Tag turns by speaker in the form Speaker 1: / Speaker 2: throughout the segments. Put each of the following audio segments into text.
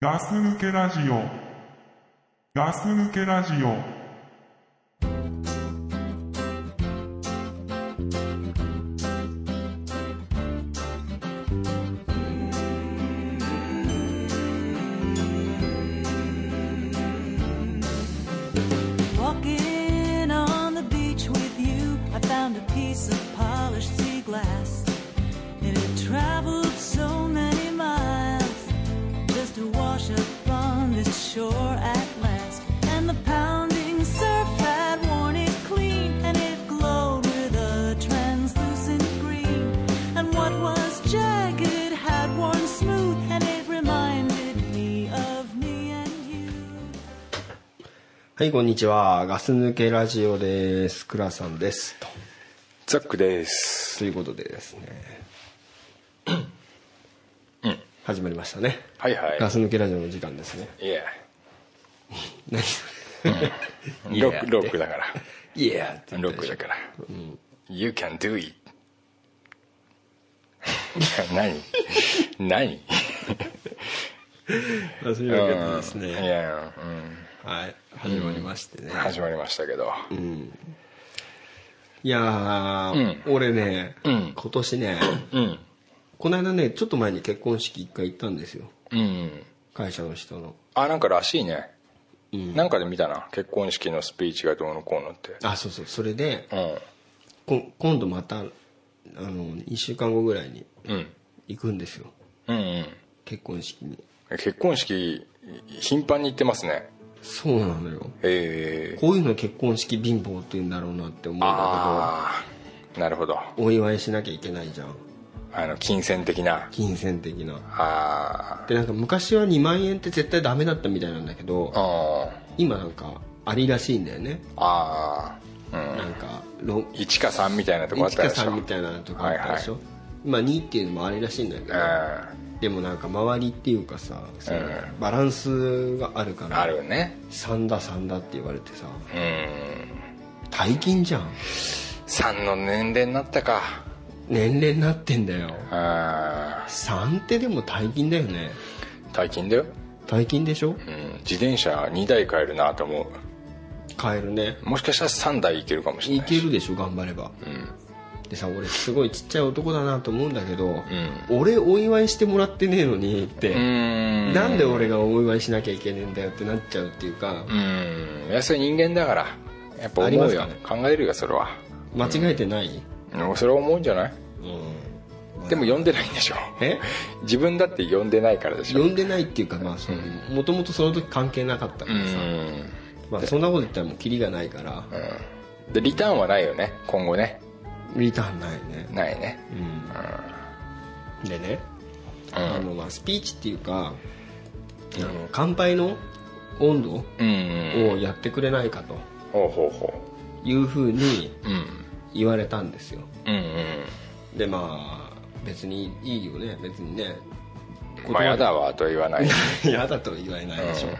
Speaker 1: ガス抜けラジオ。ガス抜けラジオ。
Speaker 2: Walking on the beach with you, I found a piece of polished sea glass. It had traveled so many miles just to wash up on this shore at last. And the pounding surf had worn it clean, and it glowed with a translucent green. And what was jagged had worn smooth, and it reminded me of me and you.
Speaker 3: はい、こんにちは。ガス抜けラジオです。倉さんです。と
Speaker 4: ザックです
Speaker 3: ということでですね。始まりましたね。
Speaker 4: はいはい
Speaker 3: ガス抜けラジオの時間ですね。
Speaker 4: いや
Speaker 3: 何
Speaker 4: ロックロックだから
Speaker 3: いやって言
Speaker 4: ロ
Speaker 3: った
Speaker 4: ッ
Speaker 3: で
Speaker 4: ク
Speaker 3: しょ
Speaker 4: だから、You can do it 何何
Speaker 3: ガス抜けラジオです
Speaker 4: い
Speaker 3: ね。
Speaker 4: や、う
Speaker 3: はい、始まりましてね
Speaker 4: ん、。始まりましたけど、
Speaker 3: いやー、俺ね、今
Speaker 4: ん
Speaker 3: 年ね、
Speaker 4: うん
Speaker 3: この間ね、ちょっと前に結婚式一回行ったんですよ。
Speaker 4: うん
Speaker 3: 会社の人の。
Speaker 4: あなんからしいね、なんかで見たな結婚式のスピーチがどうのこうのって
Speaker 3: あ、そうそう、それで、
Speaker 4: う
Speaker 3: こん今度また、あの、1週間後ぐらいに
Speaker 4: んうん
Speaker 3: 行くんですよ。
Speaker 4: うんうん
Speaker 3: 結婚式に。
Speaker 4: 結婚式頻繁に行ってますね
Speaker 3: そうなのよ
Speaker 4: ええ
Speaker 3: こういうの結婚式貧乏って言うんだろうなって思うんだ
Speaker 4: ああなるほど
Speaker 3: けどお祝いしなきゃいけないじゃん
Speaker 4: あの金銭的な
Speaker 3: 金銭的な
Speaker 4: あ
Speaker 3: でなんか昔は2万円って絶対ダメだったみたいなんだけど
Speaker 4: あうん
Speaker 3: 今なんかありらしいんだよね
Speaker 4: ああうん
Speaker 3: なんかロ
Speaker 4: 一か三みたいなとこあっ
Speaker 3: 一
Speaker 4: た
Speaker 3: 華
Speaker 4: でしょ
Speaker 3: さんみたいなとかあったでしょ、今2っていうのもありらしいんだけど
Speaker 4: う
Speaker 3: でもなんか周りっていうかさその
Speaker 4: う
Speaker 3: バランスがあるか
Speaker 4: んあ
Speaker 3: ら
Speaker 4: るね
Speaker 3: 3だ3だって言われてさ
Speaker 4: うん
Speaker 3: 大金じゃん
Speaker 4: 三の年齢になったか
Speaker 3: 年齢になってんだよ
Speaker 4: うん
Speaker 3: 3ってでも大金だよね
Speaker 4: 大金だよ、
Speaker 3: 大金でしょ
Speaker 4: うん、自転車二台買えるなと思
Speaker 3: 買えるね
Speaker 4: うもしかしたら三台いけるかもしれ
Speaker 3: い
Speaker 4: ない
Speaker 3: けるでしょ頑張れば、でさ俺すごいちっちゃい男だなと思うんだけど、俺お祝いしてもらってねえのにって、
Speaker 4: うん
Speaker 3: なんで俺がお祝いしなきゃいけねえんだよってなっちゃうっていうか
Speaker 4: う、ん安い人間だからやっぱ
Speaker 3: あり
Speaker 4: 思
Speaker 3: ま
Speaker 4: う
Speaker 3: すか
Speaker 4: よ、
Speaker 3: ね
Speaker 4: 考えるよそれは
Speaker 3: 間違えてない、
Speaker 4: うんそれは思うんじゃないでも呼んでないんでしょ
Speaker 3: え
Speaker 4: 自分だって呼んでないからでしょ
Speaker 3: 呼んでないっていうかまあそのもともとその時関係なかったか
Speaker 4: う
Speaker 3: らさ、
Speaker 4: ん
Speaker 3: まあ、そんなこと言ったらもうキリがないから、
Speaker 4: でリターンはないよね今後ね
Speaker 3: リターンないね、
Speaker 4: ないね
Speaker 3: でね、あのまあスピーチっていうか、あの乾杯の温度、
Speaker 4: うん、
Speaker 3: をやってくれないかと
Speaker 4: ほうほうほ
Speaker 3: いうふうに
Speaker 4: ううん
Speaker 3: 言われたんですよ
Speaker 4: うんうん
Speaker 3: でまあ別にいいよね別にね
Speaker 4: まあやだわとは言わない
Speaker 3: 嫌だとは言わないでしょ、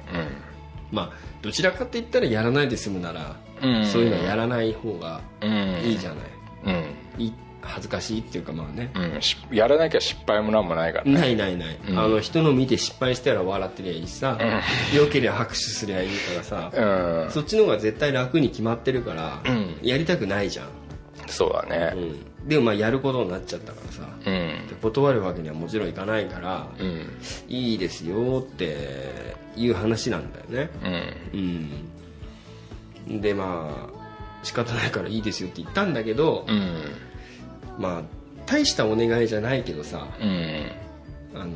Speaker 3: まあどちらかって言ったらやらないで済むなら、
Speaker 4: うん
Speaker 3: そういうのはやらない方が
Speaker 4: うん
Speaker 3: いいじゃない,、
Speaker 4: うん、
Speaker 3: い恥ずかしいっていうかまあね、
Speaker 4: うん、しやらなきゃ失敗もなんもないからね
Speaker 3: ないないない、あの人の見て失敗したら笑ってりゃいいしさ、良ければ拍手すりゃいいからさ、
Speaker 4: うん
Speaker 3: そっちの方が絶対楽に決まってるから、
Speaker 4: ん
Speaker 3: やりたくないじゃん
Speaker 4: そうだ
Speaker 3: う
Speaker 4: ね
Speaker 3: ん、でもまあやることになっちゃったからさ、
Speaker 4: うん
Speaker 3: で断るわけにはもちろんいかないから、
Speaker 4: うん
Speaker 3: いいですよっていう話なんだよね
Speaker 4: うん
Speaker 3: うん、でまあ仕方ないからいいですよって言ったんだけど、
Speaker 4: うん
Speaker 3: まあ大したお願いじゃないけどさ
Speaker 4: うん
Speaker 3: あの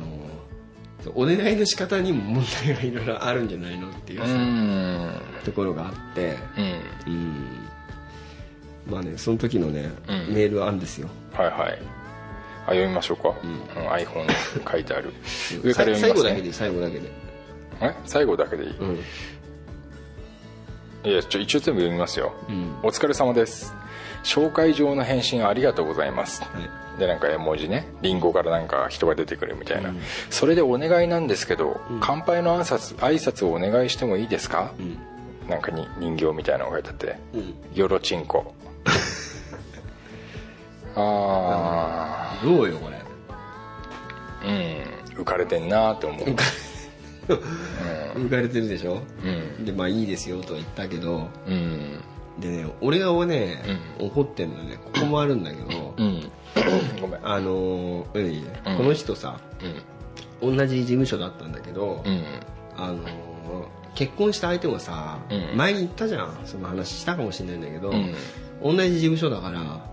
Speaker 3: そうお願いの仕方にも問題がいろいろあるんじゃないのっていう
Speaker 4: う
Speaker 3: さ、
Speaker 4: ん
Speaker 3: ところがあって
Speaker 4: うん
Speaker 3: うんまあねその時のね、
Speaker 4: うん
Speaker 3: メールあるんですよ
Speaker 4: はいはいあ読みましょうか、うん、iPhone に書いてある上か
Speaker 3: さ
Speaker 4: ら読み
Speaker 3: 最後
Speaker 4: ます
Speaker 3: だけでい
Speaker 4: ね
Speaker 3: い最後だけで
Speaker 4: え最後だけでいい、
Speaker 3: うん
Speaker 4: いやちょ一応全部読みますよ、
Speaker 3: ん
Speaker 4: お疲れ様です紹介状の返信ありがとうございます、でなんか絵文字ねリンゴからなんか人が出てくるみたいな、それでお願いなんですけど、乾杯の挨拶挨拶をお願いしてもいいですか、なんかに人形みたいなのが書いてあって
Speaker 3: うん
Speaker 4: 「よろちんこ」あ
Speaker 3: どうよこれ
Speaker 4: あうん浮かれてんなーって思う
Speaker 3: 浮かれてるでしょ、でまあいいですよとは言ったけど
Speaker 4: うん
Speaker 3: でね俺がね、怒ってんのねここもあるんだけど、
Speaker 4: うんごめん
Speaker 3: あのーうんいいね
Speaker 4: うん
Speaker 3: この人さ同じ事務所だったんだけど、
Speaker 4: うん
Speaker 3: あのー結婚した相手もさ、
Speaker 4: うん
Speaker 3: 前に言ったじゃんその話したかもしれないんだけど、
Speaker 4: うん
Speaker 3: 同じ事務所だから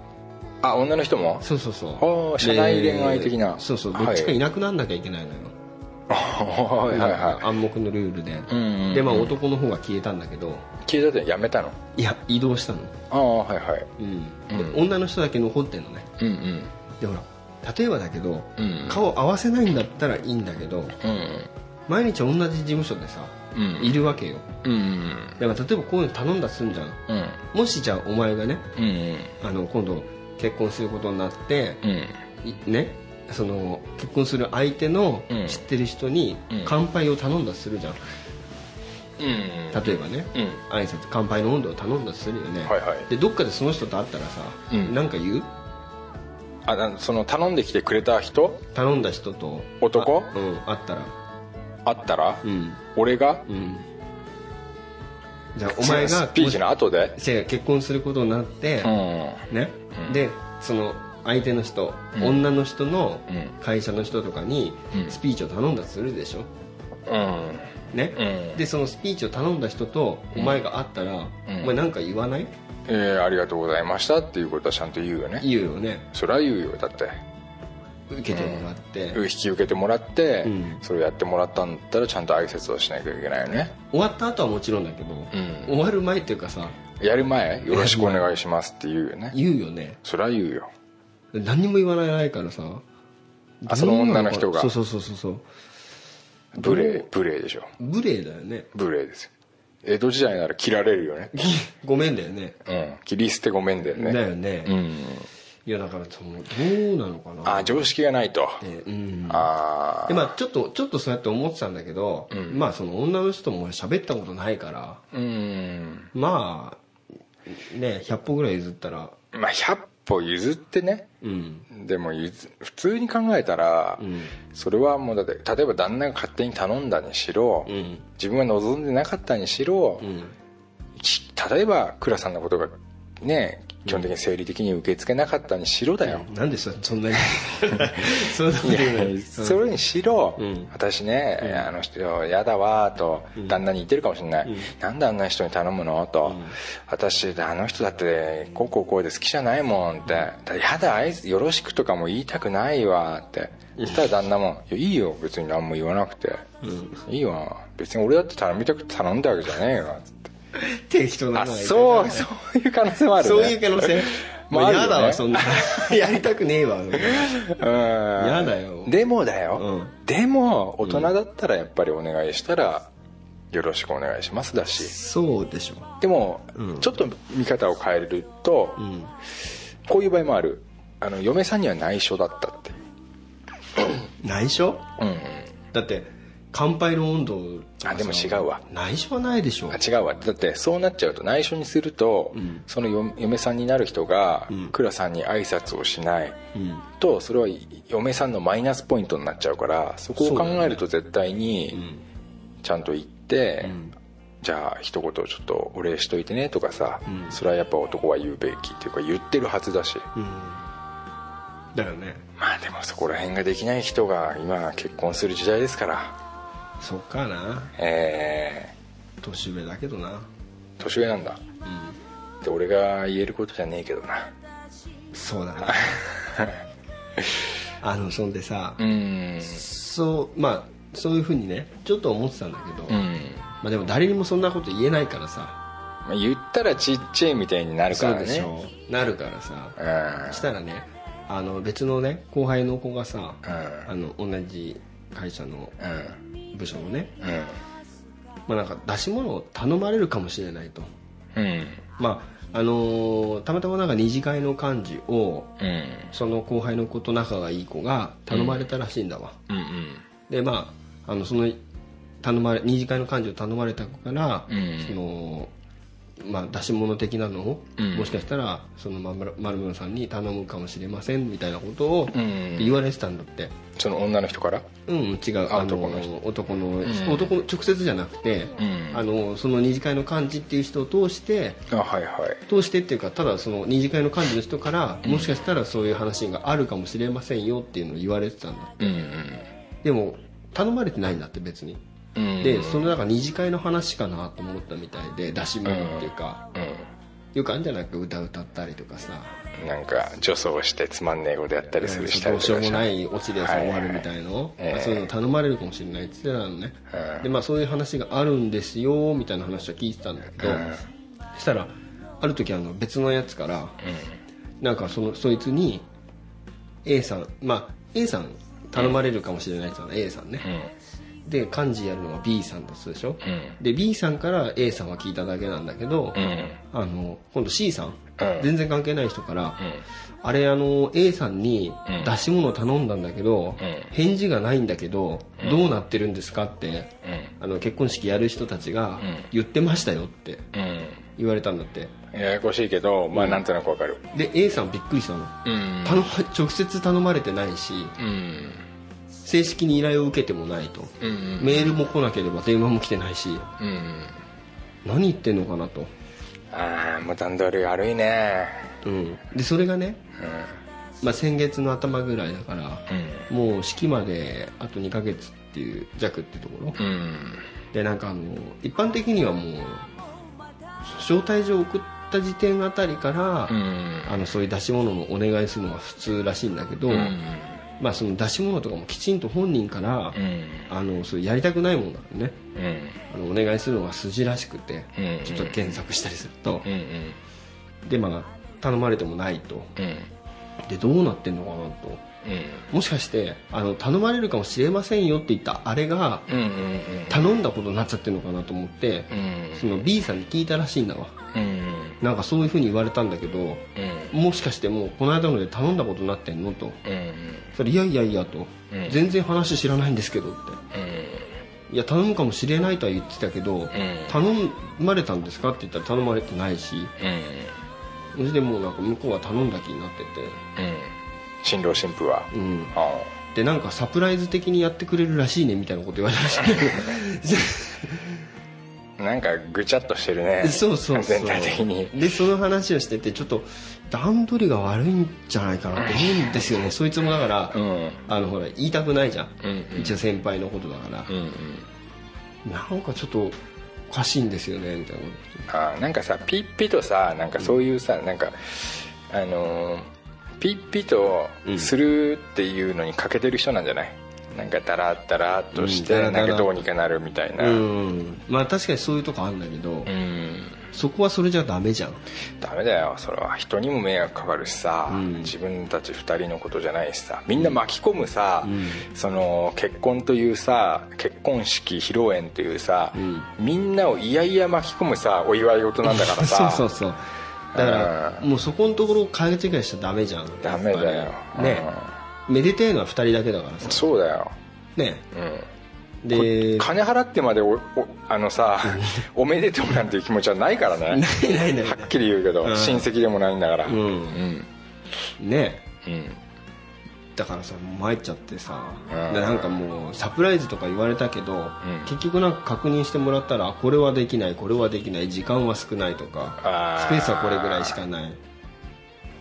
Speaker 4: あ女の人も
Speaker 3: そうそうそ
Speaker 4: あ
Speaker 3: う
Speaker 4: ー社内恋愛的な
Speaker 3: でそうそうどっちかいなくなんなきゃいけないのよ、
Speaker 4: はいはいは
Speaker 3: 暗黙のルールで、
Speaker 4: うんうんうん
Speaker 3: でまあ男の方が消えたんだけど
Speaker 4: い消えたってやめたの
Speaker 3: いや移動したの、
Speaker 4: ああはいはい
Speaker 3: うんで
Speaker 4: うん
Speaker 3: 女の人だけ残ってんのね
Speaker 4: うんうん
Speaker 3: でほら例えばだけど、
Speaker 4: うん
Speaker 3: 顔合わせないんだったらいいんだけど
Speaker 4: うん
Speaker 3: 毎日同じ事務所でさ、
Speaker 4: うん
Speaker 3: いるわけよ
Speaker 4: うん
Speaker 3: だから例えばこういうの頼んだとすんじゃん
Speaker 4: うん
Speaker 3: もしじゃあお前がね
Speaker 4: うんうん
Speaker 3: あの今度結婚することになって、
Speaker 4: うん
Speaker 3: いねその結婚する相手の
Speaker 4: うん
Speaker 3: 知ってる人に
Speaker 4: うん
Speaker 3: 乾杯を頼んだとするじゃん
Speaker 4: うん
Speaker 3: 例えばね、
Speaker 4: うん
Speaker 3: 挨拶乾杯の温度を頼んだとするよね、
Speaker 4: はいはい
Speaker 3: でどっかでその人と会ったらさ、
Speaker 4: うん
Speaker 3: なんか言う
Speaker 4: あなその頼んできてくれた人
Speaker 3: 頼んだ人と
Speaker 4: 男
Speaker 3: あうん会ったら
Speaker 4: あったら、
Speaker 3: うん
Speaker 4: 俺が
Speaker 3: うんじゃあお前が
Speaker 4: スピーチの後で
Speaker 3: 違う結婚することになって
Speaker 4: う、ん
Speaker 3: ね、
Speaker 4: うん
Speaker 3: でその相手の人、
Speaker 4: うん
Speaker 3: 女の人の
Speaker 4: うん
Speaker 3: 会社の人とかに
Speaker 4: うん
Speaker 3: スピーチを頼んだとするでしょ、
Speaker 4: うん
Speaker 3: ね
Speaker 4: うん
Speaker 3: でそのスピーチを頼んだ人とお前が会ったら、
Speaker 4: うん
Speaker 3: お前なんか言わない
Speaker 4: えーありがとうございましたっていうことはちゃんと言うよね
Speaker 3: 言うよね
Speaker 4: それは言うよだって
Speaker 3: 受けてもらって、
Speaker 4: 引き受けてもらって、
Speaker 3: うん
Speaker 4: それをやってもらったんだったらちゃんと挨拶をしなきゃいけないよね
Speaker 3: 終わった後はもちろんだけど、
Speaker 4: ん
Speaker 3: 終わる前っていうかさ
Speaker 4: やる前よろしくお願いしますって言うよね
Speaker 3: 言うよね
Speaker 4: それは言うよ
Speaker 3: 何にも言わないからさ
Speaker 4: あその女の人が
Speaker 3: そうそうそうそうそう
Speaker 4: 無礼無礼でしょ
Speaker 3: 無礼だよね
Speaker 4: 無礼ですよ江戸時代なら切られるよね、
Speaker 3: ごめんだよね
Speaker 4: うん、切り捨てごめんだよね
Speaker 3: だよね、
Speaker 4: うん
Speaker 3: いやだからそのどうなのかな
Speaker 4: あ常識がないと、
Speaker 3: ってうん
Speaker 4: あ
Speaker 3: でまあちょっとちょっとそうやって思ってたんだけど、まあその女の人も喋ったことないから
Speaker 4: あうん
Speaker 3: まあね100歩ぐらい譲ったら
Speaker 4: まあ100歩譲ってね
Speaker 3: うん
Speaker 4: でもゆず普通に考えたら、
Speaker 3: ん
Speaker 4: それはもうだって例えば旦那が勝手に頼んだにしろ、
Speaker 3: うん
Speaker 4: 自分が望んでなかったにしろ、
Speaker 3: うん
Speaker 4: き例えば倉さんのことがね基本的に生理的に受け付けなかったにしろだよ、
Speaker 3: なんでそそんなに そんなこと言うのに
Speaker 4: それにしろ、
Speaker 3: うん
Speaker 4: 私ね、あの人嫌だわと旦那に言ってるかもしれない、なんであんな人に頼むのと、私あの人だってこうこうこうで好きじゃないもんって、だからやだあいつよろしくとかも言いたくないわってそしたら旦那も「いやいいよ別に何も言わなくて、いいよ別に俺だって頼みたくて頼んだわけじゃねえよ」つって
Speaker 3: 適当な
Speaker 4: あ
Speaker 3: のがいい
Speaker 4: そうそういう可能性もあるね
Speaker 3: そういう可能性も
Speaker 4: まあ
Speaker 3: う
Speaker 4: あるよ
Speaker 3: や
Speaker 4: ね
Speaker 3: だわそんな やりたくねえわ
Speaker 4: うん
Speaker 3: やだよ
Speaker 4: でもだよ、
Speaker 3: う
Speaker 4: でも大人だったらやっぱりお願いしたら「よろしくお願いします」だし
Speaker 3: そうでしょ
Speaker 4: でも、
Speaker 3: うん
Speaker 4: ちょっと見方を変えると、
Speaker 3: うん
Speaker 4: こういう場合もあるあの嫁さんには内緒だったっていう
Speaker 3: 内緒
Speaker 4: うんうん
Speaker 3: だって乾杯の温度
Speaker 4: あでも違うわ
Speaker 3: 内緒はないでしょ
Speaker 4: あ違うわだってそうなっちゃうと内緒にすると、
Speaker 3: ん
Speaker 4: そのよ嫁さんになる人が
Speaker 3: ん
Speaker 4: 倉さんに挨拶をしない、
Speaker 3: うん
Speaker 4: とそれは嫁さんのマイナスポイントになっちゃうからそこを考えると絶対にちゃんと言って、
Speaker 3: ん
Speaker 4: じゃあ一言ちょっとお礼しといてねとかさ、
Speaker 3: うん
Speaker 4: それはやっぱ男は言うべきっていうか言ってるはずだし、
Speaker 3: うんだよね
Speaker 4: まあでもそこら辺ができない人が今結婚する時代ですから
Speaker 3: そっかな
Speaker 4: え
Speaker 3: 年上だけどな
Speaker 4: ー、年上なんだ
Speaker 3: うん
Speaker 4: って俺が言えることじゃねえけどな
Speaker 3: そうだ なあのそんでさ、
Speaker 4: うん
Speaker 3: そうまあそういうふうにねちょっと思ってたんだけど、
Speaker 4: うん、
Speaker 3: まあ、でも誰にもそんなこと言えないからさ
Speaker 4: まあ、言ったらちっちゃいみたいになるか
Speaker 3: そう
Speaker 4: らね
Speaker 3: でしょなるからさ
Speaker 4: うん
Speaker 3: したらねあの別のね後輩の子がさ、
Speaker 4: うん
Speaker 3: あの同じ会社の
Speaker 4: うん
Speaker 3: 部署のね、
Speaker 4: うん
Speaker 3: まあ、なんか出し物を頼まれるかもしれないと
Speaker 4: うん
Speaker 3: まああのーたまたまなんか二次会の幹事を
Speaker 4: うん
Speaker 3: その後輩の子と仲がいい子が頼まれたらしいんだわ、
Speaker 4: うんうん
Speaker 3: でまああのその頼まれ二次会の幹事を頼まれた子から、
Speaker 4: うん
Speaker 3: そのまあ、出し物的なのを、
Speaker 4: うん
Speaker 3: もしかしたらそのままるまるさんに頼むかもしれませんみたいなことを
Speaker 4: ん
Speaker 3: 言われてたんだって、
Speaker 4: その女の人から
Speaker 3: うん違うあの
Speaker 4: 男の人
Speaker 3: 男の
Speaker 4: ん
Speaker 3: 男直接じゃなくて、
Speaker 4: うん
Speaker 3: あのその二次会の幹事っていう人を通して
Speaker 4: あはいはい
Speaker 3: 通してっていうかただその二次会の幹事の人から、もしかしたらそういう話があるかもしれませんよっていうのを言われてたんだ
Speaker 4: うん
Speaker 3: でも頼まれてないんだって別に
Speaker 4: うん
Speaker 3: でその中二次会の話かなと思ったみたいで出し物っていうか、
Speaker 4: う
Speaker 3: よくあるんじゃないか歌歌ったりとかさ
Speaker 4: んなんか女装してつまんねえことやったりするしたり
Speaker 3: どうしよ
Speaker 4: と
Speaker 3: う
Speaker 4: か
Speaker 3: も
Speaker 4: し
Speaker 3: ないオチでさ
Speaker 4: はい
Speaker 3: 終わるみたいの、
Speaker 4: ええ
Speaker 3: まあそういうの頼まれるかもしれないって言ってたのね、
Speaker 4: うん
Speaker 3: でまあそういう話があるんですよみたいな話は聞いてたんだけど、
Speaker 4: うん
Speaker 3: そしたらある時あの別のやつから、なんかそのそいつに A さんまあ A さん頼まれるかもしれないって言ったの A さんね、で幹事やるのは B さんだそうでしょ、
Speaker 4: う
Speaker 3: で B さんから A さんは聞いただけなんだけど、
Speaker 4: ん
Speaker 3: あの今度 C さん、
Speaker 4: うん
Speaker 3: 全然関係ない人から、あれあの A さんに
Speaker 4: うん
Speaker 3: 出し物頼んだんだけど、
Speaker 4: うん
Speaker 3: 返事がないんだけど、どうなってるんですかって、
Speaker 4: う
Speaker 3: あの結婚式やる人たちが
Speaker 4: ん
Speaker 3: 言ってましたよって
Speaker 4: んうん
Speaker 3: 言われたんだって
Speaker 4: ややこしいけどまあなんとなくわかる
Speaker 3: で A さんびっくりしたの、
Speaker 4: うん
Speaker 3: 頼ま直接頼まれてないし
Speaker 4: うん
Speaker 3: 正式に依頼を受けてもないと、
Speaker 4: うん
Speaker 3: メールも来なければ電話も来てないし
Speaker 4: うん
Speaker 3: 何言ってんのかなと、
Speaker 4: ああもう段取り悪いね
Speaker 3: うん、でそれがね、まあ、先月の頭ぐらいだから、もう式まであと2ヶ月っていう弱ってところ、
Speaker 4: うん
Speaker 3: でなんかあの一般的にはもう招待状を送った時点あたりから、
Speaker 4: うん
Speaker 3: あのそういう出し物をお願いするのが普通らしいんだけど、まあ、その出し物とかもきちんと本人から、
Speaker 4: うん
Speaker 3: あのそういうやりたくないものだからね
Speaker 4: うん
Speaker 3: あのお願いするのが筋らしくて、
Speaker 4: うん
Speaker 3: ちょっと検索したりすると
Speaker 4: う、ん
Speaker 3: でまあ頼まれてもないと
Speaker 4: うん
Speaker 3: でどうなってんのかなともしかしてあの頼まれるかもしれませんよって言ったあれが
Speaker 4: うんうんうん
Speaker 3: 頼んだことになっちゃってるのかなと思って、その B さんに聞いたらしいんだわ
Speaker 4: うん
Speaker 3: なんかそういうふうに言われたんだけどもしかしてもうこの間ので頼んだことになってんのとそれいやいやいやと、
Speaker 4: うん
Speaker 3: 全然話知らないんですけどっていや頼むかもしれないとは言ってたけど、頼まれたんですかって言ったら頼まれてないしそれでもうなんか向こうは頼んだ気になってて
Speaker 4: 新郎新婦は
Speaker 3: うん
Speaker 4: あ
Speaker 3: でなんかサプライズ的にやってくれるらしいねみたいなこと言われましたけ
Speaker 4: あなんかぐちゃっとしてるね
Speaker 3: どそうそうそう
Speaker 4: 全体的に
Speaker 3: でその話をしててちょっと段取りが悪いんじゃないかなと思うんですよねそいつもだから、
Speaker 4: うん
Speaker 3: あのほら言いたくないじゃん、
Speaker 4: うんうん
Speaker 3: 一応先輩のことだから
Speaker 4: う、んうん
Speaker 3: なんかちょっとおかしいんですよねみたいなこ
Speaker 4: あーなんかさピッピとさなんかそういうさなんかあのーピッピとするっていうのに欠けてる人なんじゃないなんかダラッダラッとし
Speaker 3: うん
Speaker 4: て
Speaker 3: ダラダ
Speaker 4: な
Speaker 3: ラ
Speaker 4: んかどうにかなるみたい
Speaker 3: と
Speaker 4: な
Speaker 3: うんまあ確かにそういうとこあるんだけど、
Speaker 4: うん
Speaker 3: そこはそれじゃダメじゃん
Speaker 4: ダメだよそれは人にも迷惑かかるしさ、自分たち2人のことじゃないしさみんな巻き込むさ、その結婚というさ結婚式披露宴というさ、みんなをいやいや巻き込むさお祝い事なんだからさ
Speaker 3: そうそうそうだからもうそこのところを勘違いしちゃダメじゃん
Speaker 4: ダメだよ
Speaker 3: やっぱりねめでてえのは2人だけだからさ
Speaker 4: そうだよ、
Speaker 3: ね
Speaker 4: うん
Speaker 3: で
Speaker 4: 金払ってまでおおあのさおめでとうなんていう気持ちはないから ね
Speaker 3: ないないない
Speaker 4: はっきり言うけど、
Speaker 3: うん
Speaker 4: 親戚でもないんだから
Speaker 3: うん
Speaker 4: うん
Speaker 3: ね
Speaker 4: うん
Speaker 3: だからさもう参っちゃってさ、
Speaker 4: うん
Speaker 3: でなんかもうサプライズとか言われたけど、
Speaker 4: ん
Speaker 3: 結局なんか確認してもらったらこれはできないこれはできない時間は少ないとか
Speaker 4: あー
Speaker 3: スペースはこれぐらいしかない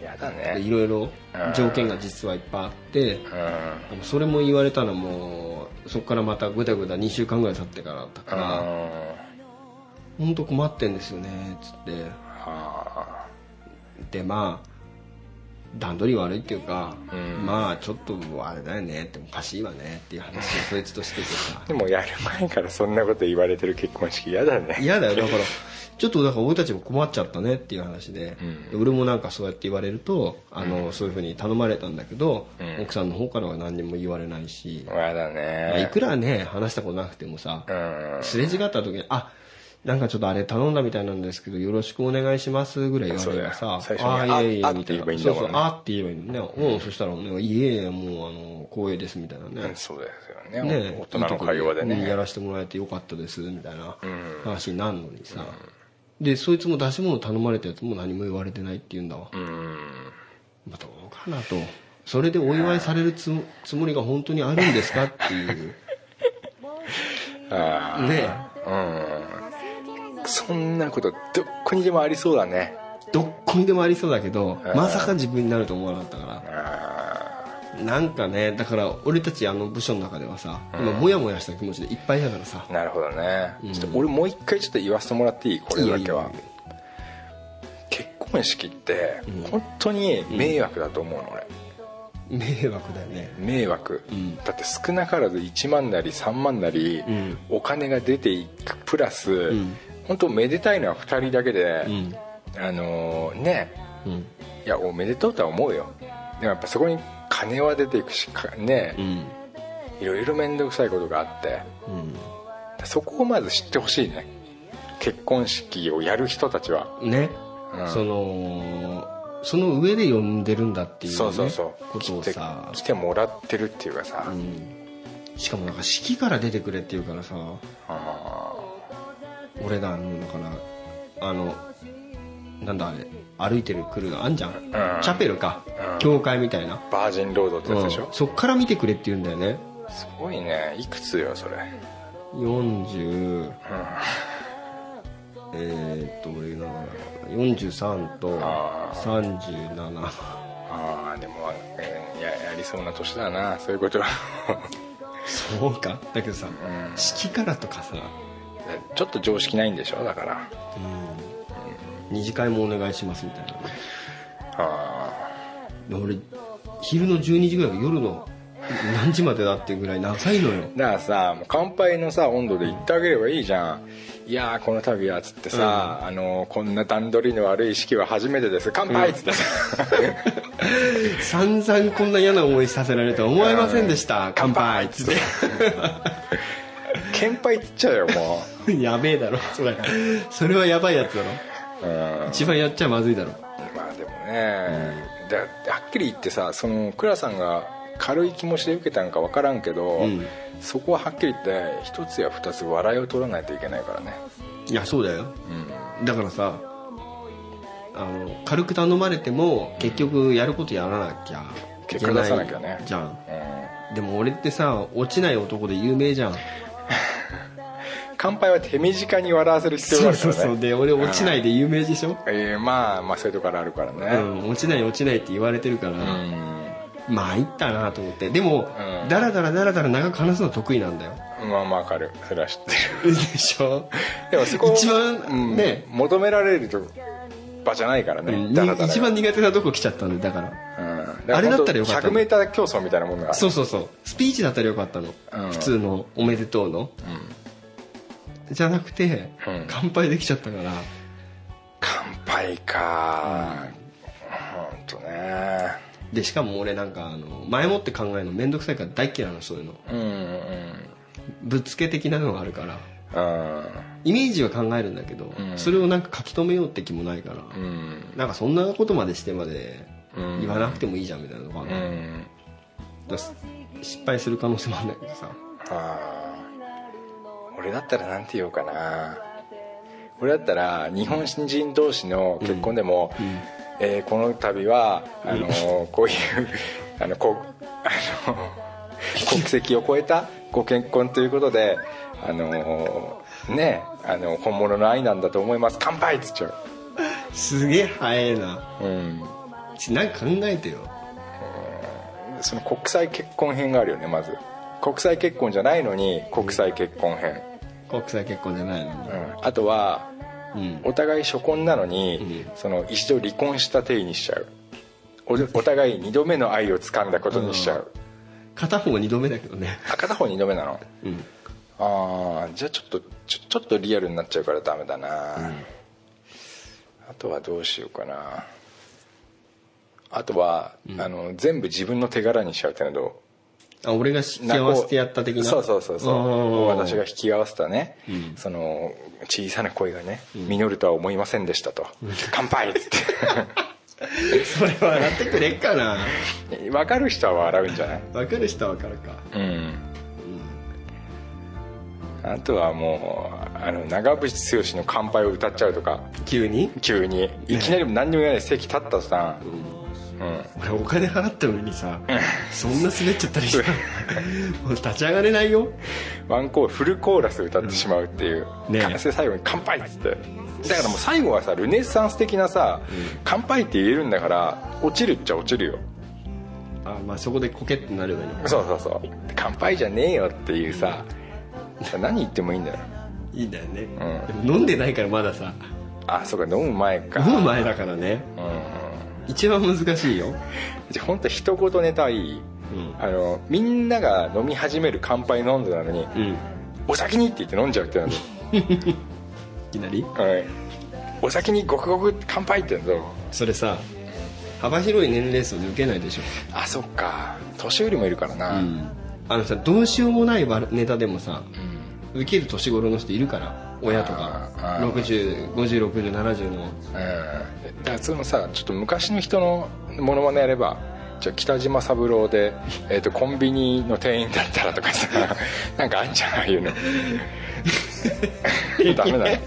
Speaker 4: やだ
Speaker 3: でい
Speaker 4: ね
Speaker 3: ろいろ条件が実はいっぱいあって、
Speaker 4: うん
Speaker 3: でもそれも言われたのもそこからまたぐだぐだ2週間ぐらい経ってからだったか
Speaker 4: うん
Speaker 3: ら、
Speaker 4: あ
Speaker 3: 本当困ってんですよねつって
Speaker 4: あ
Speaker 3: でまあ段取り悪いっていうか、
Speaker 4: ん
Speaker 3: まあちょっとあれだよねっておかしいわねっていう話を そいつとしててさ
Speaker 4: でもやる前からそんなこと言われてる結婚式嫌だね
Speaker 3: 嫌だよだからちょっとだから俺たちも困っちゃったねっていう話で、で俺もなんかそうやって言われるとあの、そういうふうに頼まれたんだけど、
Speaker 4: うん
Speaker 3: 奥さんの方からは何にも言われないし、
Speaker 4: 嫌
Speaker 3: ま
Speaker 4: だ
Speaker 3: あい
Speaker 4: ね
Speaker 3: くらね話したことなくてもさ、
Speaker 4: うん
Speaker 3: すれ違った時に「あなんかちょっとあれ頼んだみたいなんですけどよろしくお願いします」ぐらい言われればさ
Speaker 4: そうだよ
Speaker 3: あ
Speaker 4: 最初にあ
Speaker 3: いえいえ
Speaker 4: あ
Speaker 3: みた
Speaker 4: って言えばいいん
Speaker 3: そ
Speaker 4: だ
Speaker 3: う
Speaker 4: もん
Speaker 3: そう
Speaker 4: ね
Speaker 3: 「あ」って言えばいいんだよ、うんそしたら、ね「いえいえもうあの光栄です」みたいなね
Speaker 4: そうですよね
Speaker 3: ね、
Speaker 4: 大人の会話でね
Speaker 3: いいとこにやらせてもらえてよかったですみたいな話になるのにさ、でそいつも出し物頼まれたやつも何も言われてないって言うんだわ、まあ、どうかなとそれでお祝いされるつもつもりが本当にあるんですかっていう
Speaker 4: あ
Speaker 3: で
Speaker 4: あそんなことどっこにでもありそうだね
Speaker 3: どっこにでもありそうだけどまさか自分になると思わなかったからなんかねだから俺たちあの部署の中ではさ今モヤモヤした気持ちでいっぱいだからさ
Speaker 4: なるほどね、ちょっと俺もう一回ちょっと言わせてもらっていいこれだけはい
Speaker 3: いよいいよ
Speaker 4: 結婚式って本当に迷惑だと思うの俺
Speaker 3: 迷惑だよね
Speaker 4: 迷惑、
Speaker 3: ん
Speaker 4: だって少なからず1万なり3万なり、
Speaker 3: ん
Speaker 4: お金が出ていくプラス、
Speaker 3: ん
Speaker 4: 本当めでたいのは2人だけで
Speaker 3: う、ん
Speaker 4: あのーね
Speaker 3: うん
Speaker 4: いやおめでとうとは思うよでもやっぱそこに金は出ていくしかね
Speaker 3: うん
Speaker 4: いろいろ面倒くさいことがあってそこをまず知ってほしいね結婚式をやる人たちは
Speaker 3: うんね、
Speaker 4: うん
Speaker 3: そのその上で呼んでるんだっていう、ね、
Speaker 4: そうそうそう
Speaker 3: ことを
Speaker 4: 来て
Speaker 3: さ
Speaker 4: 来てもらってるっていうかさ、
Speaker 3: しかもなんか式から出てくれっていうからさ俺らのだからあのなんだあれ歩いてる来るのあんじゃん、チャペルか、教会みたいな、
Speaker 4: バージンロードってやつでしょ、
Speaker 3: うんそっから見てくれって言うんだよね
Speaker 4: すごいねいくつよそれ
Speaker 3: 40、えーっと俺が43と37
Speaker 4: ああでも、えーややりそうな年だなそういうことは
Speaker 3: そうかだけどさ、式からとかさ
Speaker 4: ちょっと常識ないんでしょだから
Speaker 3: 二次会もお願いしますみたいなね
Speaker 4: あ
Speaker 3: で俺昼の12時ぐらいから夜の何時までだっていうぐらい長いの よ
Speaker 4: ーだからさもう乾杯のさ温度で言ってあげればいいじゃんいやーこの度はつってさ、あのーこんな段取りの悪い式は初めてです乾杯っつってさ、
Speaker 3: 散々こんな嫌な思いさせられるとは思いませんでした乾杯っつっ
Speaker 4: 乾杯っつっちゃうよも
Speaker 3: て やべえだろそれそれはやばいやつだろ
Speaker 4: う、 うん、
Speaker 3: 一番やっちゃまずいだろ
Speaker 4: まあでもね、だはっきり言ってさその倉さんが軽い気持ちで受けたんか分からんけど、
Speaker 3: ん
Speaker 4: そこははっきり言って一つや二つ笑いを取らないといけないからね
Speaker 3: いやそうだよ、だからさあの軽く頼まれても結局やることやらなきゃいけ
Speaker 4: 結果
Speaker 3: ない
Speaker 4: 出さなきゃね
Speaker 3: じゃんでも俺ってさ落ちない男で有名じゃん
Speaker 4: 乾杯は手短に笑わせる必要が
Speaker 3: そ
Speaker 4: あ
Speaker 3: う
Speaker 4: るか
Speaker 3: そ
Speaker 4: ら
Speaker 3: う
Speaker 4: ね
Speaker 3: そうで俺落ちないで有名でしょ
Speaker 4: えーまあまあそういうところあるから
Speaker 3: う
Speaker 4: ね
Speaker 3: ん、落ちない落ちないって言われてるか
Speaker 4: う
Speaker 3: ら、
Speaker 4: ん、
Speaker 3: まあいったなと思ってでも、
Speaker 4: うん
Speaker 3: だらだらだらだら長く話すの得意なんだよ
Speaker 4: まあまあ分かるそれは知って
Speaker 3: でしょ
Speaker 4: るでもそこを
Speaker 3: 一番
Speaker 4: うん
Speaker 3: ね
Speaker 4: 求められると場じゃないからね、
Speaker 3: うん
Speaker 4: だらだらが
Speaker 3: 一番苦手なとこ来ちゃったんでだから
Speaker 4: うん
Speaker 3: あれだったらよかった
Speaker 4: 100m 競争みたいなもんだから
Speaker 3: そうそうそうスピーチだったらよかったの、
Speaker 4: うん
Speaker 3: 普通のおめでとうの、じゃなくて、
Speaker 4: うん
Speaker 3: 乾杯できちゃったから
Speaker 4: 乾杯か本当ね
Speaker 3: でしかも俺なんかあの前もって考えるの面倒くさいから大嫌いなのそういうの
Speaker 4: うんうん
Speaker 3: ぶっつけ的なのがあるから
Speaker 4: うん
Speaker 3: イメージは考えるんだけど、
Speaker 4: ん
Speaker 3: それをなんか書き留めようって気もないから、
Speaker 4: うん
Speaker 3: なんかそんなことまでしてまで
Speaker 4: うん
Speaker 3: 言わなくてもいいじゃんみたいなのが、
Speaker 4: う
Speaker 3: だか
Speaker 4: ん
Speaker 3: ら失敗する可能性もあるんだけどさ
Speaker 4: あー俺だったらなんて言おうかな俺だったら日本人同士の結婚でも、えーこの度はあのーこういうあのこあの国籍を超えたご結婚ということであのーねあの本物の愛なんだと思います乾杯っつっちゃう
Speaker 3: すげえ早えな
Speaker 4: うん、
Speaker 3: ちなんか考えてよ
Speaker 4: その国際結婚編があるよねまず国際結婚じゃないのに国際結婚編、
Speaker 3: 国際結婚じゃないのに
Speaker 4: うんあとは
Speaker 3: うん
Speaker 4: お互い初婚なのに、その一度離婚した体にしちゃうおお互い2度目の愛を掴んだことにしちゃう、
Speaker 3: 片方は2度目だけどね
Speaker 4: あ片方2度目なの
Speaker 3: うん
Speaker 4: ああじゃあちょっとちょちょっとリアルになっちゃうからダメだな、あとはどうしようかなあとは、あの全部自分の手柄にしちゃうってのはどう
Speaker 3: あ俺が引き合わせてやった的な
Speaker 4: そうそうそうそう
Speaker 3: あー
Speaker 4: 私が引き合わせたね、その小さな声がね、実るとは思いませんでしたと「乾杯!」っつ
Speaker 3: それは 笑ってくれっかな
Speaker 4: って 分かる人は笑うんじゃない
Speaker 3: 分かる人は分かるか
Speaker 4: うんあとはもあの長渕剛の「乾杯」を歌っちゃうとか
Speaker 3: 急に
Speaker 4: 急にいきなり何にも言わない席立ったさ、うん、
Speaker 3: 俺お金払ったのに さそんな滑っちゃったりしたらもう立ち上がれないよ
Speaker 4: ワンコールフルコーラス歌ってしまうっていう、
Speaker 3: ねえ
Speaker 4: 完成最後に「乾杯!」っつってだからもう最後はさルネッサンス的なさ「乾杯!」って言えるんだから落ちるっちゃ落ちるよ
Speaker 3: あまあそこでコケってなればいいのか
Speaker 4: そうそうそう「乾杯じゃねえよ」っていうさ何言ってもいいんだよ
Speaker 3: いいんだよね、
Speaker 4: ん
Speaker 3: でも飲んでないからまださ
Speaker 4: あそうか飲む前か
Speaker 3: 飲む前だからね、一番難しいよ
Speaker 4: じゃあ本当一言ネタいい、
Speaker 3: ん
Speaker 4: あのみんなが飲み始める乾杯飲んでたの
Speaker 3: う
Speaker 4: に、
Speaker 3: ん
Speaker 4: お先にって言って飲んじゃうってなる
Speaker 3: いきなり
Speaker 4: はいお先にごくごく乾杯ってなる
Speaker 3: それさ幅広い年齢層で受けないでしょ、
Speaker 4: あそっか年寄りもいるからな、
Speaker 3: あのさどうしようもないバラネタでもさ、受ける年頃の人いるから親とか
Speaker 4: あー
Speaker 3: 60506070の
Speaker 4: うんだからそのさちょっと昔の人のモノマネやればじゃあ北島三郎で、えー、とコンビニの店員だったらと かさなんかあんじゃないよねダメだね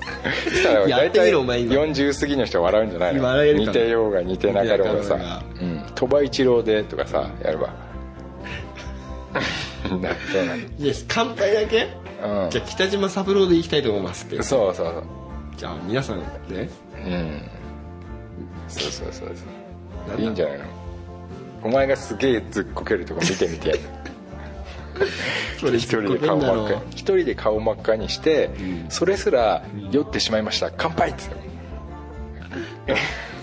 Speaker 4: そしたら
Speaker 3: や
Speaker 4: 大
Speaker 3: ってみ
Speaker 4: 体
Speaker 3: ろお前今
Speaker 4: 40過ぎの人笑うんじゃないの
Speaker 3: 笑えるかな
Speaker 4: 似てようが似てなかろうが
Speaker 3: 似てなか
Speaker 4: さ
Speaker 3: ろ
Speaker 4: うん鳥羽、一郎でとかさや ればなそうなの
Speaker 3: いや乾杯だけ、
Speaker 4: うん
Speaker 3: じゃあ北島三郎で行きたいと思いますって
Speaker 4: そうそうそう
Speaker 3: じゃあ皆さんね
Speaker 4: うんそうそうそうそう
Speaker 3: なんだ
Speaker 4: いいんじゃないのお前がすげえずっこけるとこ見てみ て
Speaker 3: それ
Speaker 4: 一人で顔
Speaker 3: だ
Speaker 4: 真っ
Speaker 3: ろ
Speaker 4: 赤に一人で顔真っ赤にして、それすら酔ってしまいました乾杯っつって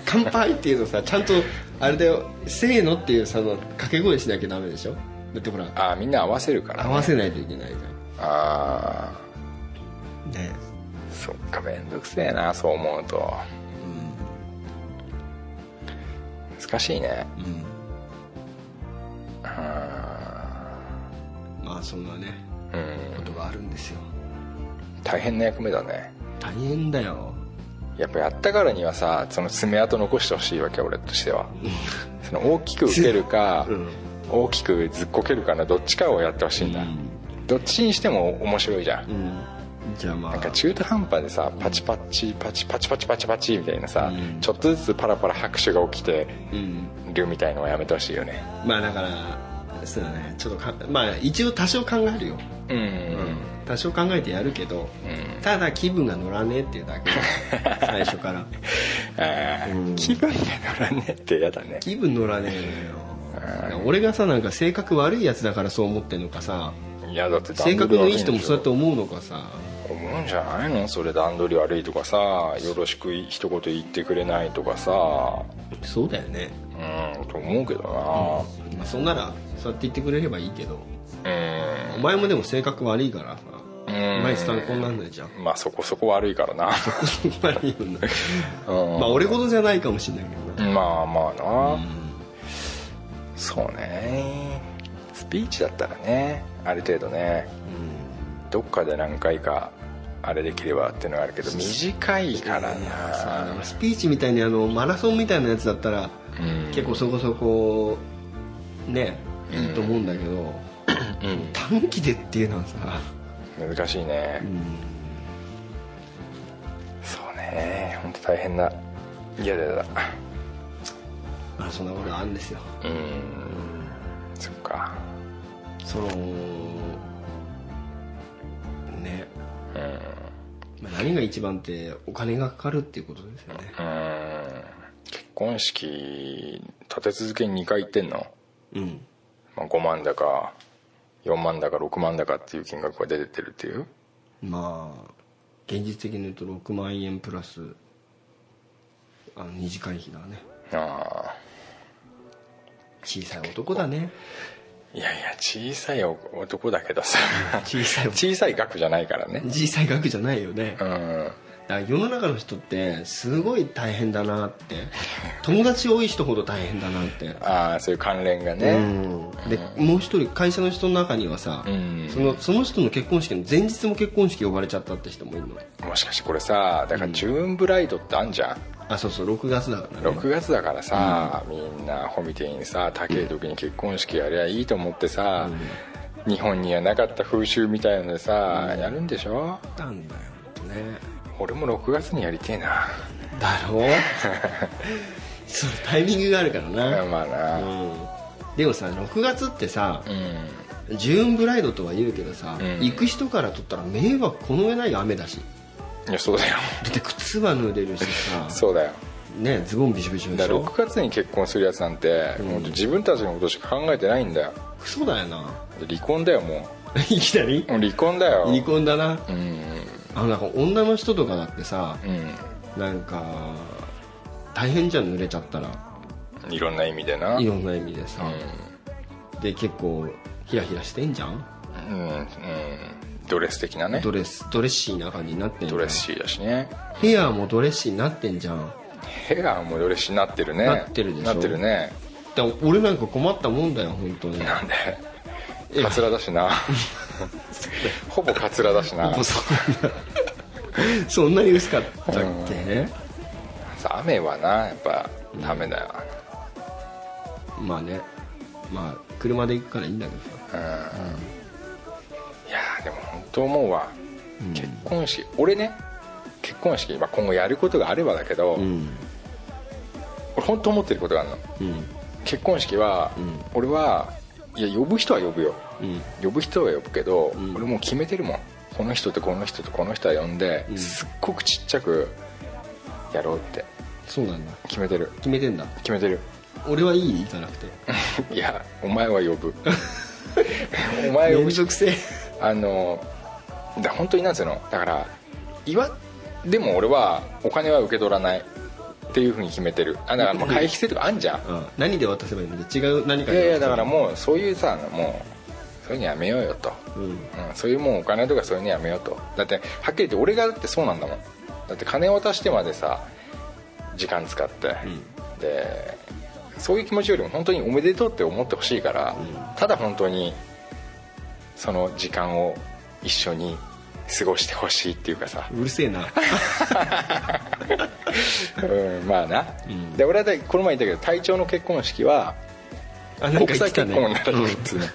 Speaker 3: 乾杯っていうのさちゃんとあれだよせーのっていうその掛け声しなきゃダメでしょだってほら
Speaker 4: ああみんな合わせるから、
Speaker 3: 合わせないといけないじ
Speaker 4: あ
Speaker 3: ゃんね
Speaker 4: あそっかめんどくせえなそう思うと、難しいね
Speaker 3: まあそんなね
Speaker 4: うん
Speaker 3: ことがあるんですよ
Speaker 4: 大変な役目だね
Speaker 3: 大変だよ
Speaker 4: やっぱやったからにはさその爪痕残してほしいわけ俺としてはその大きく受けるか、
Speaker 3: うん
Speaker 4: 大きくずっこけるかなどっちかをやってほしいんだ、どっちにしても面白いじゃん、
Speaker 3: うんじゃあま
Speaker 4: なんか
Speaker 3: あ
Speaker 4: 中途半端でさパチパチパチパチパチパチパチみたいなさ、
Speaker 3: うん
Speaker 4: ちょっとずつパラパラ拍手が起きて
Speaker 3: うん
Speaker 4: るみたいのはやめてほしいよね
Speaker 3: まあだからそうだねちょっとかまあ一応多少考えるよ
Speaker 4: うん、
Speaker 3: 多少考えてやるけど、
Speaker 4: う
Speaker 3: ただ気分が乗らねえっていうだ け最初から
Speaker 4: あー気分が乗らねえってやだね
Speaker 3: 気分乗らねえのよ俺がさなんか性格悪いやつだからそう思ってんのかさ
Speaker 4: いやだって
Speaker 3: 性格のいい人もそうやって
Speaker 4: 思
Speaker 3: 思うのかさ
Speaker 4: うんじゃないのそれ段取り悪いとかさよろしく一言言ってくれないとかさ
Speaker 3: そうだよね、
Speaker 4: うんと思うけど
Speaker 3: まあ、そんならそうやって言ってくれればいいけど
Speaker 4: なう
Speaker 3: お
Speaker 4: ん
Speaker 3: 前もでも性格悪いからさ
Speaker 4: うん
Speaker 3: 毎日参考になんないじ ゃん
Speaker 4: まあそこそこ悪いから な
Speaker 3: 悪いよね
Speaker 4: う ん
Speaker 3: まあ俺ほどじゃないかもしれないけどな
Speaker 4: まあまあな、そうねスピーチだったらねある程度ね、どっかで何回かあれできればっていうのがあるけど短いから
Speaker 3: さあ
Speaker 4: な
Speaker 3: のスピーチみたいにあのマラソンみたいなやつだったら、
Speaker 4: うん
Speaker 3: 結構そこそこねいいと思うんだけど、短期でっていうのはさ、
Speaker 4: 難しいね、そうね本当大変な嫌だ嫌だ
Speaker 3: まあ、そんなことあるんですよ
Speaker 4: うんそっか
Speaker 3: そのね、まあ、何が一番ってお金がかかるっていうことですよね
Speaker 4: うん結婚式立て続けに2回行ってんの
Speaker 3: うん
Speaker 4: まあ、5万だか4万だか6万だかっていう金額が出てるっていう
Speaker 3: まあ現実的に言うと6万円プラスあの二次会費だね
Speaker 4: ああ
Speaker 3: 小さい男だね
Speaker 4: いやいや小さい男だけどさ
Speaker 3: 小さい
Speaker 4: 小さい額じゃないからね
Speaker 3: 小さい額じゃないよね
Speaker 4: うん
Speaker 3: だから世の中の人ってすごい大変だなって友達多い人ほど大変だな って
Speaker 4: ああそういう関連が
Speaker 3: う
Speaker 4: ね
Speaker 3: んでもう一人会社の人の中にはさ、
Speaker 4: うん
Speaker 3: そのその人の結婚式の前日も結婚式呼ばれちゃったって人もいるの
Speaker 4: もしかしてこれさだからジューンブライドってあんじゃん
Speaker 3: あそうそう6月だからね
Speaker 4: 6月だからさ、みんなホミテにさ高い時に結婚式やりゃいいと思ってさ、日本にはなかった風習みたいのでさ、やるんでしょ
Speaker 3: なんだよ本当にね
Speaker 4: 俺も6月にやりてえな
Speaker 3: だろう そのタイミングがあるからな、
Speaker 4: まあなうん
Speaker 3: うん、でもさ6月ってさ、ジューンブライドとは言うけどさ、
Speaker 4: うん
Speaker 3: 行く人からとったら迷惑この上ないよ雨だし
Speaker 4: いやそうだよ
Speaker 3: だって靴は濡れるしさ
Speaker 4: そうだよ
Speaker 3: ねズボンびしょびしょで
Speaker 4: だ
Speaker 3: し
Speaker 4: から
Speaker 3: ょ
Speaker 4: 6月に結婚するやつなんて、もう自分たちのことしか考えてないんだよ
Speaker 3: クソだよな
Speaker 4: 離婚だよも
Speaker 3: いきなり
Speaker 4: うもう離婚だよ
Speaker 3: 離婚だな
Speaker 4: うん
Speaker 3: あのなんか女の人とかだってさ
Speaker 4: う
Speaker 3: なんか大変じゃん濡れちゃったら
Speaker 4: んいろんな意味でないうん
Speaker 3: ろんな意味でさ、で結構ヒラヒラしてんじゃん
Speaker 4: うんうんドレス的なね
Speaker 3: ドレスドレッシーな感じになってんじゃん
Speaker 4: ドレッシーだしね
Speaker 3: ヘアもドレッシーになってんじゃん
Speaker 4: ヘアもドレッシーになってるね
Speaker 3: なってるでしょ
Speaker 4: なってるね
Speaker 3: でも俺なんか困ったもんだよ本当に
Speaker 4: なんでカツラだ しなほぼカツラだしな
Speaker 3: そんな そんなに薄かったっけ、
Speaker 4: 雨はなやっぱダメだよ
Speaker 3: まあねまあ車で行くからいいんだけどさ
Speaker 4: いやーでも本当思うわ、結婚式俺ね結婚式、まあ、今後やることがあればだけど、
Speaker 3: うん
Speaker 4: 俺本当思ってることがあるの
Speaker 3: うん
Speaker 4: 結婚式は、
Speaker 3: ん
Speaker 4: 俺はいや呼ぶ人は呼ぶよ
Speaker 3: うん
Speaker 4: 呼ぶ人は呼ぶけど、
Speaker 3: ん
Speaker 4: 俺もう決めてるもんこの人とこの人とこの人は呼んで、
Speaker 3: うん
Speaker 4: すっごくちっちゃくやろうって
Speaker 3: そうなんだ
Speaker 4: 決めてる
Speaker 3: 決めてんだ
Speaker 4: 決 めてる
Speaker 3: 俺はいい行かなくて
Speaker 4: いやお前は呼ぶ お前呼ぶ
Speaker 3: くせえ
Speaker 4: あのだ本当になんつうのだから祝っでも俺はお金は受け取らないっていうふうに決めてるあだからまあ会費制とかあんじゃん
Speaker 3: うん何で渡せばいいので違う何か
Speaker 4: い
Speaker 3: で渡せば
Speaker 4: やいやだからもうそういうさもうそういうのやめようよと、
Speaker 3: う、うん、
Speaker 4: うん、そういうもうお金とかそういうのやめようとだってはっきり言って俺がだってそうなんだもんだって金を渡してまでさ時間使って、でそういう気持ちよりも本当におめでとうって思ってほしいから、ただ本当にその時間を一緒に過ごしてほしいっていうか さ、
Speaker 3: うるせえな
Speaker 4: うん、まあな、で俺はだこの前言ったけど隊長の結婚式は
Speaker 3: あなんか
Speaker 4: 国
Speaker 3: 言っ
Speaker 4: 際
Speaker 3: てた
Speaker 4: 結婚に
Speaker 3: ね
Speaker 4: なるっつうの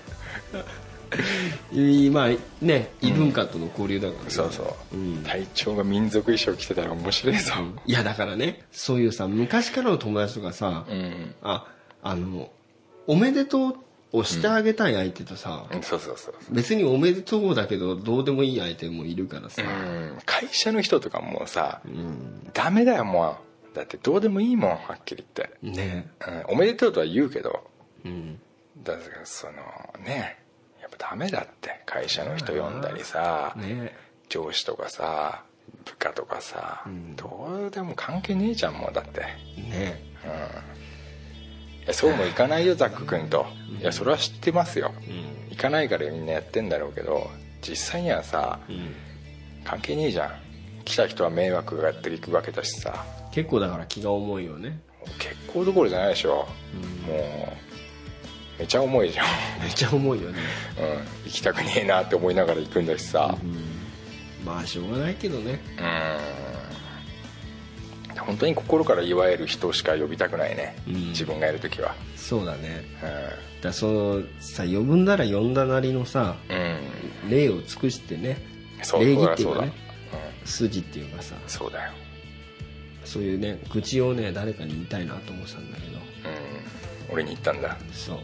Speaker 3: いいまあね異文化との交流だからね、
Speaker 4: そうそう、
Speaker 3: ん
Speaker 4: 隊長が民族衣装着てたら面白いぞ
Speaker 3: いやだからねそういうさ昔からの友達とかさ、
Speaker 4: うん、
Speaker 3: ああのおめでとうをしてあげたい相手とさ、
Speaker 4: そうそうそう
Speaker 3: 別におめでとうだけどどうでもいい相手もいるからさ、
Speaker 4: うん会社の人とかもうさ、
Speaker 3: うん
Speaker 4: ダメだよもうだってどうでもいいもんはっきり言って、
Speaker 3: ね
Speaker 4: うん、おめでとうとは言うけど
Speaker 3: うん
Speaker 4: だからそのねやっぱダメだって会社の人呼んだりさ、
Speaker 3: ね
Speaker 4: 上司とかさ部下とかさ、どうでも関係ねえじゃんもうだって
Speaker 3: ね
Speaker 4: いやそうもいかない よザック君といやそれは知ってますよ、
Speaker 3: う
Speaker 4: いかないからみんなやってんだろうけど実際にはさ、
Speaker 3: ん
Speaker 4: 関係ねえじゃん来た人は迷惑がやっていくわけだしさ
Speaker 3: 結構だから気が重いよね
Speaker 4: 結構どころじゃないでしょ、もうめちゃ重いじゃん、
Speaker 3: めっちゃ重いよね
Speaker 4: うん、行きたくねえなって思いながら行くんだしさ
Speaker 3: まあしょうがないけどね
Speaker 4: うん本当に心から祝える人しか呼びたくないね、
Speaker 3: うん
Speaker 4: 自分がいる時は
Speaker 3: そうだね
Speaker 4: う
Speaker 3: だからそのさ呼ぶんなら呼んだなりのさ
Speaker 4: ん、うん、
Speaker 3: 礼を尽くしてね
Speaker 4: そう
Speaker 3: 礼儀
Speaker 4: そう
Speaker 3: っ
Speaker 4: だ
Speaker 3: てい
Speaker 4: そうう
Speaker 3: か
Speaker 4: だ、う
Speaker 3: ね
Speaker 4: ん、
Speaker 3: 筋っていうかさ
Speaker 4: そうだよ
Speaker 3: そういうね愚痴をね誰かに言いたいなと思ってたんだけど
Speaker 4: うん俺に言ったんだ
Speaker 3: そう
Speaker 4: うん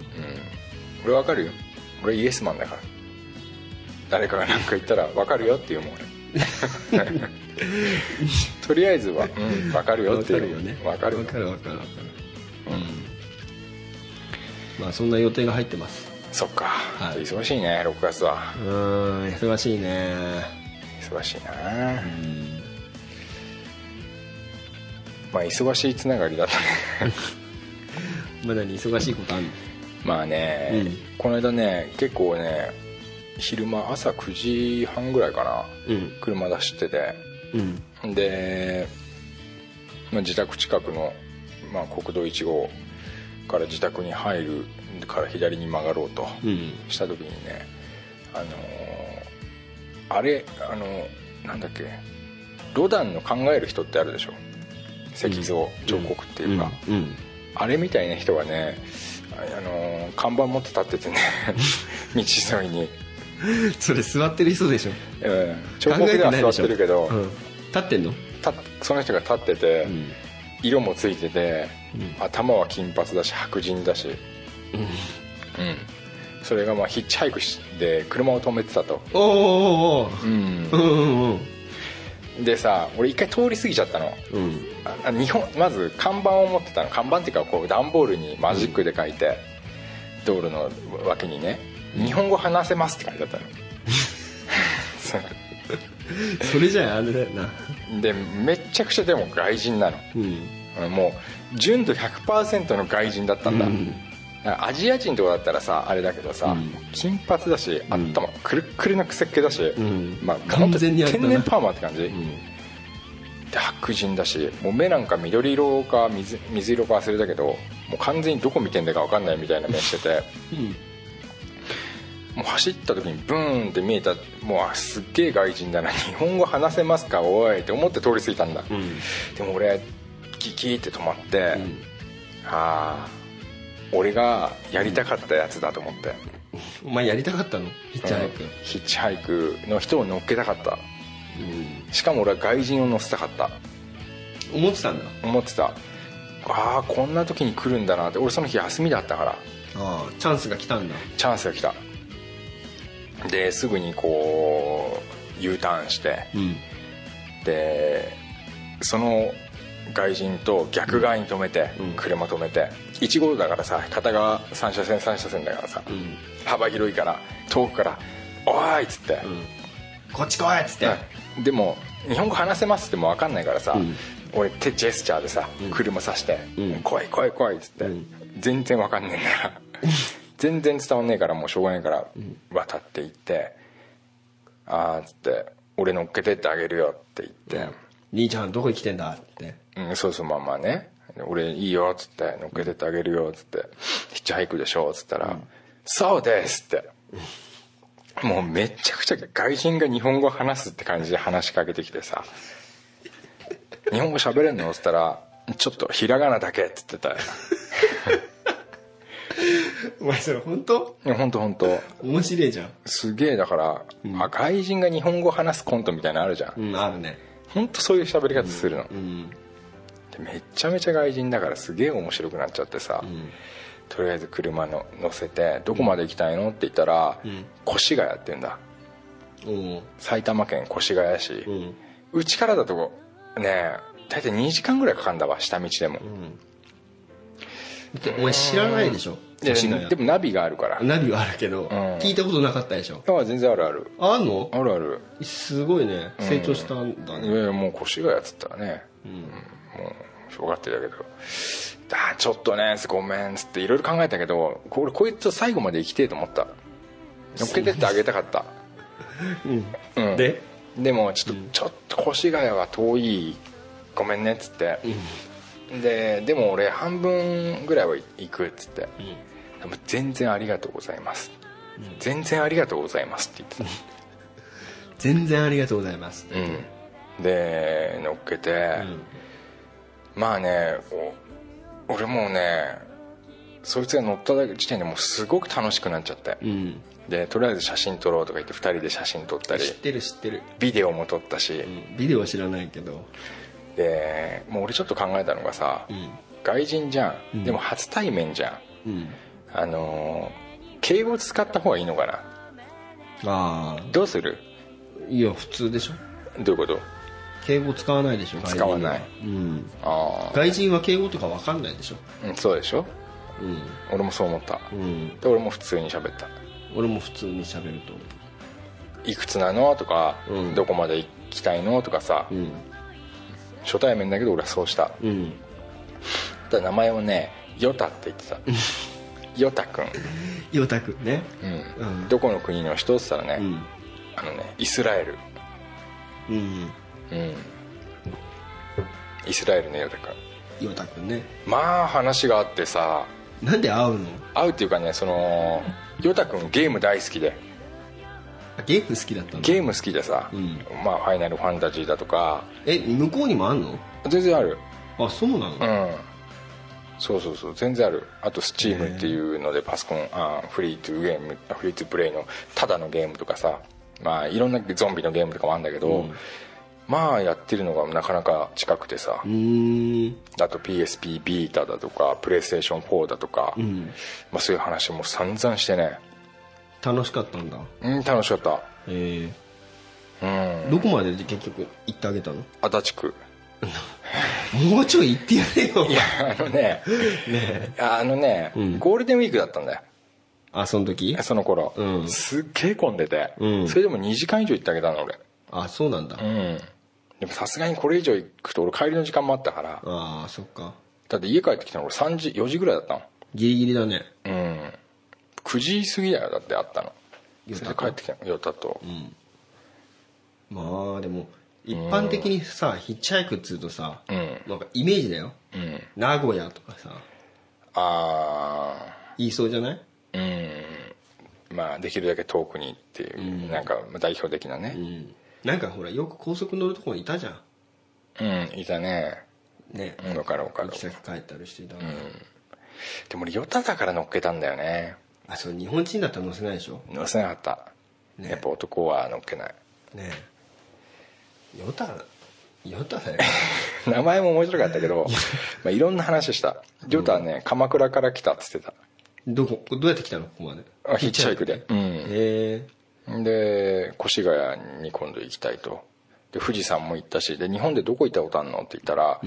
Speaker 4: 俺わかるよ俺イエスマンだから誰かが何か言ったらわかるよって言うもん俺 とりあえずは、うん、わかるよ
Speaker 3: わ
Speaker 4: って
Speaker 3: か
Speaker 4: い
Speaker 3: る
Speaker 4: う
Speaker 3: よね
Speaker 4: わかるよ
Speaker 3: わかるわかるわかるうんまあそんな予定が入ってます
Speaker 4: そっか、
Speaker 3: い
Speaker 4: 忙しいね6月は
Speaker 3: うーん忙しいね
Speaker 4: 忙しいな、まあ忙しいつながりだったね
Speaker 3: まだに忙しいことある
Speaker 4: まあね、
Speaker 3: うん
Speaker 4: この間ね結構ね昼間朝9時半ぐらいかな、
Speaker 3: うん
Speaker 4: 車出してて
Speaker 3: うん
Speaker 4: で、まあ、自宅近くの、まあ、国道1号から自宅に入るから左に曲がろうと
Speaker 3: うん
Speaker 4: した時にね、あのーあれ、あのーなんだっけロダンの「考える人」ってあるでしょ石像彫刻っていうか、
Speaker 3: うん
Speaker 4: あれみたいな 人がね、ああのー看板持って立っててね道沿いに
Speaker 3: それ座ってる人でしょ
Speaker 4: うん彫刻では座ってるけど、
Speaker 3: うん立ってんの
Speaker 4: たその人が立ってて、色もついてて、頭は金髪だし白人だし、うんそれがまあヒッチハイクして車を止めてたと、
Speaker 3: おーおーお
Speaker 4: う
Speaker 3: ー
Speaker 4: ん
Speaker 3: おーうんうん
Speaker 4: でさ俺一回通り過ぎちゃったの
Speaker 3: うんうん
Speaker 4: ああ日本まず看板を持ってたの看板っていうかこう段ボールにマジックで書いて、道路の脇にね「日本語話せます」って書いてあったのそ
Speaker 3: それじゃああれだよな
Speaker 4: うでめっちゃくちゃでも外人なの
Speaker 3: うん
Speaker 4: もう純度100%の外人だったんだ、
Speaker 3: うん
Speaker 4: アジア人とかだったらさあれだけどさ、
Speaker 3: うん
Speaker 4: 金髪だし頭、くるっくるのくせっけだし、
Speaker 3: ん
Speaker 4: まあ、
Speaker 3: 完全にあれだ
Speaker 4: 天
Speaker 3: な
Speaker 4: 然パーマって感じ、
Speaker 3: うん
Speaker 4: で白人だしもう目なんか緑色か水水色か忘れたけどもう完全にどこ見てんだか分かんないみたいな目しててもう走った時にブーンって見えたもうあすっげえ外人だな日本語話せますかおいって思って通り過ぎたんだ、
Speaker 3: うん
Speaker 4: でも俺キキーって止まって、ああ俺がやりたかったやつだと思って、
Speaker 3: お前やりたかったのヒッチハイク
Speaker 4: うんヒッチハイクの人を乗っけたかった
Speaker 3: うん
Speaker 4: しかも俺は外人を乗せたかった
Speaker 3: 思ってたんだ
Speaker 4: 思ってたああこんな時に来るんだなって俺その日休みだったから
Speaker 3: ああチャンスが来たんだ
Speaker 4: チャンスが来たですぐにこう U ターンして
Speaker 3: うん
Speaker 4: でその外人と逆側に止めて、
Speaker 3: うん
Speaker 4: 車止めて1号だからさ片側3車線3車線だからさ、
Speaker 3: うん
Speaker 4: 幅広いから遠くから「おーい!」っつって、
Speaker 3: うんこっち来いっつって
Speaker 4: でも日本語話せますっても分かんないからさ、
Speaker 3: うん
Speaker 4: 俺手ジェスチャーでさ、車さして
Speaker 3: うん
Speaker 4: 「来い来い来い」っつって、
Speaker 3: うん
Speaker 4: 全然分かんねえんだ から全然伝わんねえからもうしょうがないから渡って行って「ああ」っつって「俺乗っけてってあげるよ」って言って。
Speaker 3: 兄ちゃんどこに来てんだって
Speaker 4: うん、そうそうまあまあね俺いいよっつって乗っけてってあげるよっつってヒッチハイクでしょっつったら、そうですってもうめちゃくちゃ外人が日本語話すって感じで話しかけてきてさ「日本語喋れんの?」っつったら「ちょっとひらがなだけ」っつってたよ
Speaker 3: お前それ本当
Speaker 4: いやほんとほんと
Speaker 3: 面白いじゃん
Speaker 4: すげえだから、あ外人が日本語話すコントみたいなのあるじゃん、
Speaker 3: うんあるね
Speaker 4: ほんとそういう喋り方するの、
Speaker 3: うん
Speaker 4: でめっちゃめちゃ外人だからすげえ面白くなっちゃってさ、
Speaker 3: ん
Speaker 4: とりあえず車の乗せて「どこまで行きたいの?」って言ったら、越谷って言うんだ
Speaker 3: おう
Speaker 4: 埼玉県越谷市
Speaker 3: うん
Speaker 4: うち、からだとねえ大体2時間ぐらいかかんだわ下道でも、
Speaker 3: でお前知らないでしょ
Speaker 4: で
Speaker 3: 越谷
Speaker 4: でもナビがあるから
Speaker 3: ナビはあるけど、
Speaker 4: ん
Speaker 3: 聞いたことなかったでしょ
Speaker 4: あ全然あるある
Speaker 3: あんの
Speaker 4: あるある
Speaker 3: すごいね成長したんだ
Speaker 4: い
Speaker 3: ね
Speaker 4: やいやもう越谷っつったらね、うんもうしょうがってだけど「あーちょっとねごめん」っつっていろいろ考えたけどこれこいつと最後まで生きてえと思った乗っけてってあげたかったうん
Speaker 3: で
Speaker 4: でもちょっと、ちょっと越谷は遠いごめんねっつって、ででも俺半分ぐらいは行くっつって、でも全然ありがとうございます、全然ありがとうございますって言って
Speaker 3: 全然ありがとうございます
Speaker 4: た、うん、で乗っけて、まあねお俺もうねそいつが乗った時点でもうすごく楽しくなっちゃって、
Speaker 3: うん
Speaker 4: でとりあえず写真撮ろうとか言って2人で写真撮ったり
Speaker 3: 知ってる知ってる
Speaker 4: ビデオも撮ったし、
Speaker 3: ビデオは知らないけど
Speaker 4: でもう俺ちょっと考えたのがさ、外人じゃん、でも初対面じゃん
Speaker 3: うん
Speaker 4: あのー敬語使った方がいいのかな
Speaker 3: ああ
Speaker 4: どうする
Speaker 3: いや普通でしょ
Speaker 4: どういうこと
Speaker 3: 敬語使わないでしょ
Speaker 4: 使わない
Speaker 3: 外人はうん
Speaker 4: あ
Speaker 3: 外人は敬語とかわかんないでしょ
Speaker 4: あそうでしょ
Speaker 3: うん
Speaker 4: 俺もそう思った、
Speaker 3: うん
Speaker 4: で俺も普通に喋った
Speaker 3: 俺も普通に喋ると思
Speaker 4: 「いくつなの?」とか、
Speaker 3: うん
Speaker 4: どこまで行きたいの?」とかさ、
Speaker 3: ううん
Speaker 4: 初対面だけど俺はそうした
Speaker 3: うん
Speaker 4: ただ名前をねヨタって言っ てたヨタ君、
Speaker 3: ヨタ君ね
Speaker 4: う
Speaker 3: うんん
Speaker 4: どこの国の人っつったら
Speaker 3: う
Speaker 4: ね、
Speaker 3: ん
Speaker 4: あのねイスラエル
Speaker 3: うん
Speaker 4: うんイスラエルのヨタ君
Speaker 3: ヨタ君ね
Speaker 4: まあ話があってさ
Speaker 3: なんで会うの
Speaker 4: 会うっていうかねそのヨタ君ゲーム大好きで
Speaker 3: あゲーム好きだったの
Speaker 4: ゲーム好きでさ、
Speaker 3: うん
Speaker 4: まあファイナルファンタジーだとか
Speaker 3: え向こうにもあんの
Speaker 4: 全然ある
Speaker 3: あそうなの
Speaker 4: うんそうそうそう全然あるあと Steam っていうのでパソコンあーフリートゥーゲームあフリートゥープレイのただのゲームとかさまあいろんなゾンビのゲームとかもあるんだけど、まあやってるのがなかなか近くてさ、
Speaker 3: うーん
Speaker 4: あと PSP ビータだとかプレイステーション4だとか、まあ、そういう話も散々してね
Speaker 3: 楽しかったんだ
Speaker 4: うん楽しかった
Speaker 3: え
Speaker 4: うん
Speaker 3: えどこまでで結局行ってあげたの
Speaker 4: 足立区
Speaker 3: もうちょい行ってやれよ
Speaker 4: いやあのねあのね、
Speaker 3: ん
Speaker 4: ゴールデンウィークだったんだよ
Speaker 3: あその時
Speaker 4: その頃、
Speaker 3: うん
Speaker 4: すっげえ混んでて、
Speaker 3: うん
Speaker 4: それでも2時間以上行ってあげたの俺
Speaker 3: あそうなんだ、
Speaker 4: うんでもさすがにこれ以上行くと俺帰りの時間もあったから
Speaker 3: ああそっか
Speaker 4: だって家帰ってきたの俺3時4時ぐらいだったの
Speaker 3: ギリギリだね
Speaker 4: うん9時過ぎだよだってあったの
Speaker 3: 夜
Speaker 4: そ
Speaker 3: だ
Speaker 4: れ
Speaker 3: と
Speaker 4: で帰ってきたのよたと、
Speaker 3: まあでも一般的にさ、ヒッチハイクっつうとさ、
Speaker 4: ん
Speaker 3: なんかイメージだよ、
Speaker 4: ん
Speaker 3: 名古屋とかさ
Speaker 4: ああ
Speaker 3: 言いそうじゃない
Speaker 4: うんまあできるだけ遠くにっていう、なんか代表的な
Speaker 3: う
Speaker 4: ね
Speaker 3: んなんかほらよく高速乗るとこにいたじゃ
Speaker 4: うん、いたね
Speaker 3: んね
Speaker 4: うん分かる分かる
Speaker 3: 行き先帰ったりしていたから、
Speaker 4: でも俺ヨタだから乗っけたんだよね
Speaker 3: あそう日本人だったら乗せないでしょ
Speaker 4: 乗せなかった、
Speaker 3: ね
Speaker 4: やっぱ男は乗っけない
Speaker 3: ねえヨタヨタ だよ
Speaker 4: 名前も面白かったけどまあいろんな話したヨタはね、鎌倉から来たっつってた
Speaker 3: どこどうやって来たのここまで
Speaker 4: あヒッチハイクで
Speaker 3: ヒッチハイクでへえ
Speaker 4: で越谷に今度行きたいとで富士山も行ったしで日本でどこ行ったことあるのって言ったら、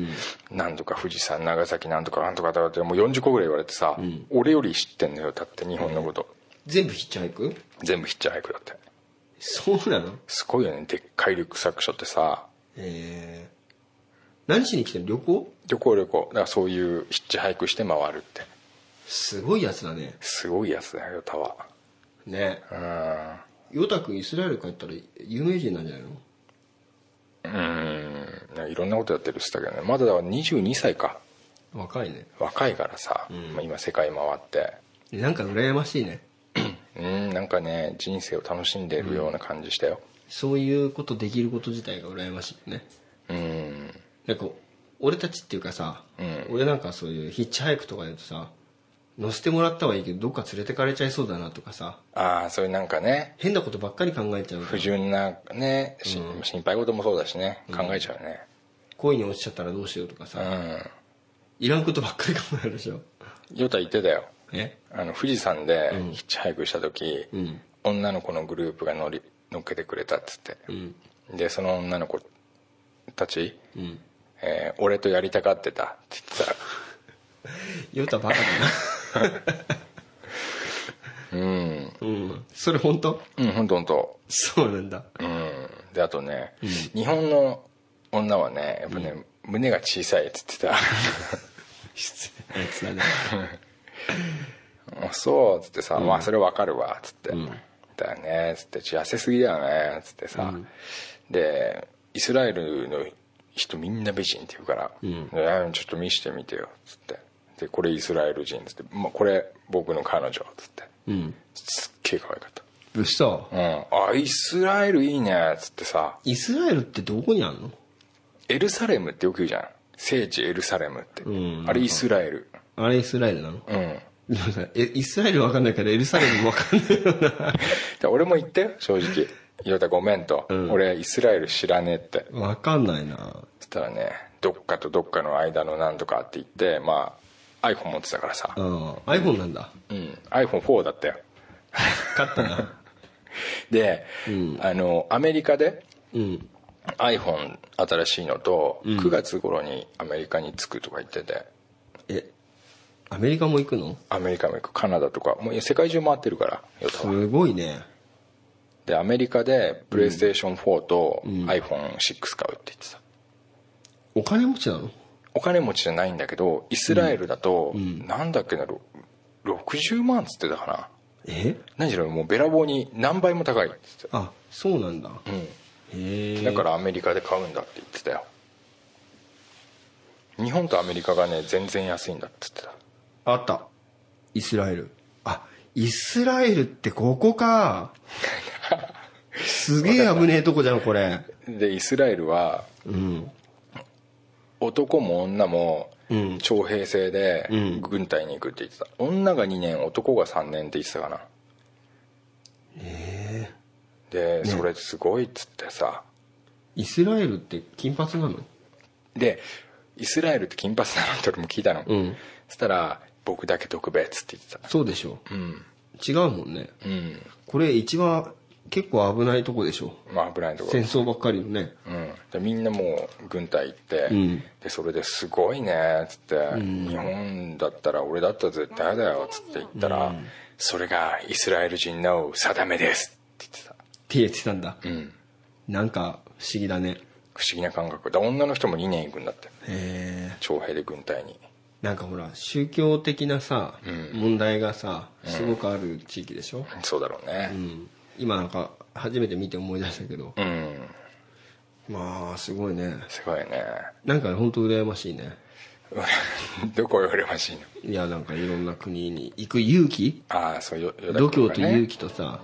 Speaker 4: なんとか富士山長崎なんとかなんとかだってもう40個ぐらい言われてさ、俺より知ってんのよだって日本のこと、
Speaker 3: 全部ヒッチハイク
Speaker 4: 全部ヒッチハイクだって
Speaker 3: そうなの
Speaker 4: すごいよねでっかいリュックサックしょってさ
Speaker 3: ええ何しに来てんの旅行
Speaker 4: 旅行旅行だからそういうヒッチハイクして回るって
Speaker 3: すごいやつだね
Speaker 4: すごいやつだよヨタは
Speaker 3: ねヨタ君イスラエル帰ったら有名人なんじゃないの
Speaker 4: うんなんかいろんなことやってるっつったけどねまだだから22歳か
Speaker 3: 若いね
Speaker 4: 若いからさ、まあ今世界回 って
Speaker 3: なんか羨ましいね
Speaker 4: うんなんかね人生を楽しんでるような感じしたよ
Speaker 3: そういうことできること自体が羨ましいね
Speaker 4: うん
Speaker 3: なんか俺たちっていうかさ、
Speaker 4: うん
Speaker 3: 俺なんかそういうヒッチハイクとか言うとさ乗せてもらったはいいけどどっか連れてかれちゃいそうだなとかさ
Speaker 4: ああそういうなんかね
Speaker 3: 変なことばっかり考えちゃう
Speaker 4: 不純なね、し心配事もそうだしね考えちゃうね
Speaker 3: 恋に落ちちゃったらどうしようとか
Speaker 4: う
Speaker 3: さいらんことばっかり考えるでしょ
Speaker 4: んヨタ言ってたよ
Speaker 3: え
Speaker 4: あの富士山でヒッチハイクした時、
Speaker 3: ん
Speaker 4: 女の子のグループが乗り乗っけてくれたっつって、
Speaker 3: ん
Speaker 4: でその女の子たち、
Speaker 3: うん
Speaker 4: えー俺とやりたがってたって言
Speaker 3: ヨ
Speaker 4: って
Speaker 3: タバカ
Speaker 4: た うん
Speaker 3: だなうんそれ本当
Speaker 4: うんほんとほんと
Speaker 3: そうなんだ
Speaker 4: うんであとね、日本の女はねやっぱね、胸が小さいって言って
Speaker 3: 失礼なやつだね
Speaker 4: た「あそう」っつってさ「まあそれわかるわ」っつって「だよね」っつって「痩せすぎだよね」っつってさ、でイスラエルの人みんな美人って言うから「えちょっと見してみてよ」っつって「でこれイスラエル人」っつって「まあ、これ僕の彼女」っつって、
Speaker 3: うん
Speaker 4: すっげえ可愛かった
Speaker 3: 嘘
Speaker 4: 「うんあイスラエルいいね」っつってさ
Speaker 3: イスラエルってどこにあんの
Speaker 4: エルサレムってよく言うじゃん聖地エルサレムって、
Speaker 3: ん
Speaker 4: あれイスラエル
Speaker 3: あれイスラエルなの
Speaker 4: うんだか
Speaker 3: でもさえイスラエルわかんないからエルサレムもわかんないよな
Speaker 4: ら俺も言ったよ正直「ヨタごめん」と、俺イスラエル知らねえ」って
Speaker 3: わかんないな
Speaker 4: そしたらねどっかとどっかの間のなんとかって言ってまあ iPhone 持ってたからさ
Speaker 3: う、ん iPhone なんだ
Speaker 4: うん iPhone4 だったよ
Speaker 3: 勝ったな
Speaker 4: で、あのアメリカで
Speaker 3: うん、
Speaker 4: iPhone 新しいのと、9月頃にアメリカに着くとか言ってて
Speaker 3: えアメリカも行くの
Speaker 4: アメリカも行くカナダとかもう世界中回ってるからヨタは
Speaker 3: すごいね
Speaker 4: でアメリカでプレイステーション4と iPhone6 買うって言ってた
Speaker 3: お金持ちなの
Speaker 4: お金持ちじゃないんだけどイスラエルだと、なんだっけなろ60万っつってたかな
Speaker 3: え
Speaker 4: 何しろもうべらぼうに何倍も高いっつって
Speaker 3: あそうなんだ
Speaker 4: た、うん
Speaker 3: へえ
Speaker 4: だからアメリカで買うんだって言ってたよ日本とアメリカがね全然安いんだって言ってた
Speaker 3: あったイスラエルあイスラエルってここか すげえ危ねえとこじゃんこれ
Speaker 4: でイスラエルは
Speaker 3: うん
Speaker 4: 男も女も
Speaker 3: うん
Speaker 4: 徴兵制で
Speaker 3: うん
Speaker 4: 軍隊に行くって言ってた、女が2年男が3年って言ってたかなでそれすごいっつってさ
Speaker 3: イスラエルって金髪なの
Speaker 4: でイスラエルって金髪なのって俺も聞いたの、
Speaker 3: うん
Speaker 4: そしたら僕だけ特別って言ってた
Speaker 3: そうでしょ
Speaker 4: うん
Speaker 3: 違うもんね
Speaker 4: うん
Speaker 3: これ一番結構危ないとこでしょ
Speaker 4: まあ危ないところ
Speaker 3: 戦争ばっかりのね
Speaker 4: うん、でみんなもう軍隊行って、
Speaker 3: うん
Speaker 4: でそれですごいねっつって、日本だったら俺だったら絶対だよっつって言ったら、それがイスラエル人の定めですって言ってた、
Speaker 3: って言ってたんだ
Speaker 4: うん、
Speaker 3: なんか不思議だね
Speaker 4: 不思議な感覚だ女の人も2年行くんだって
Speaker 3: へえ
Speaker 4: 徴兵で軍隊に
Speaker 3: なんかほら宗教的なさ、問題がさすごくある地域でしょ、
Speaker 4: そうだろうね
Speaker 3: うん今なんか初めて見て思い出したけど
Speaker 4: うん、
Speaker 3: まあすごいね
Speaker 4: すごいね
Speaker 3: なんか本当羨ましいね
Speaker 4: どこが羨ましいの
Speaker 3: いやなんかいろんな国に行く勇気
Speaker 4: ああそういう
Speaker 3: 度胸と勇気とさ、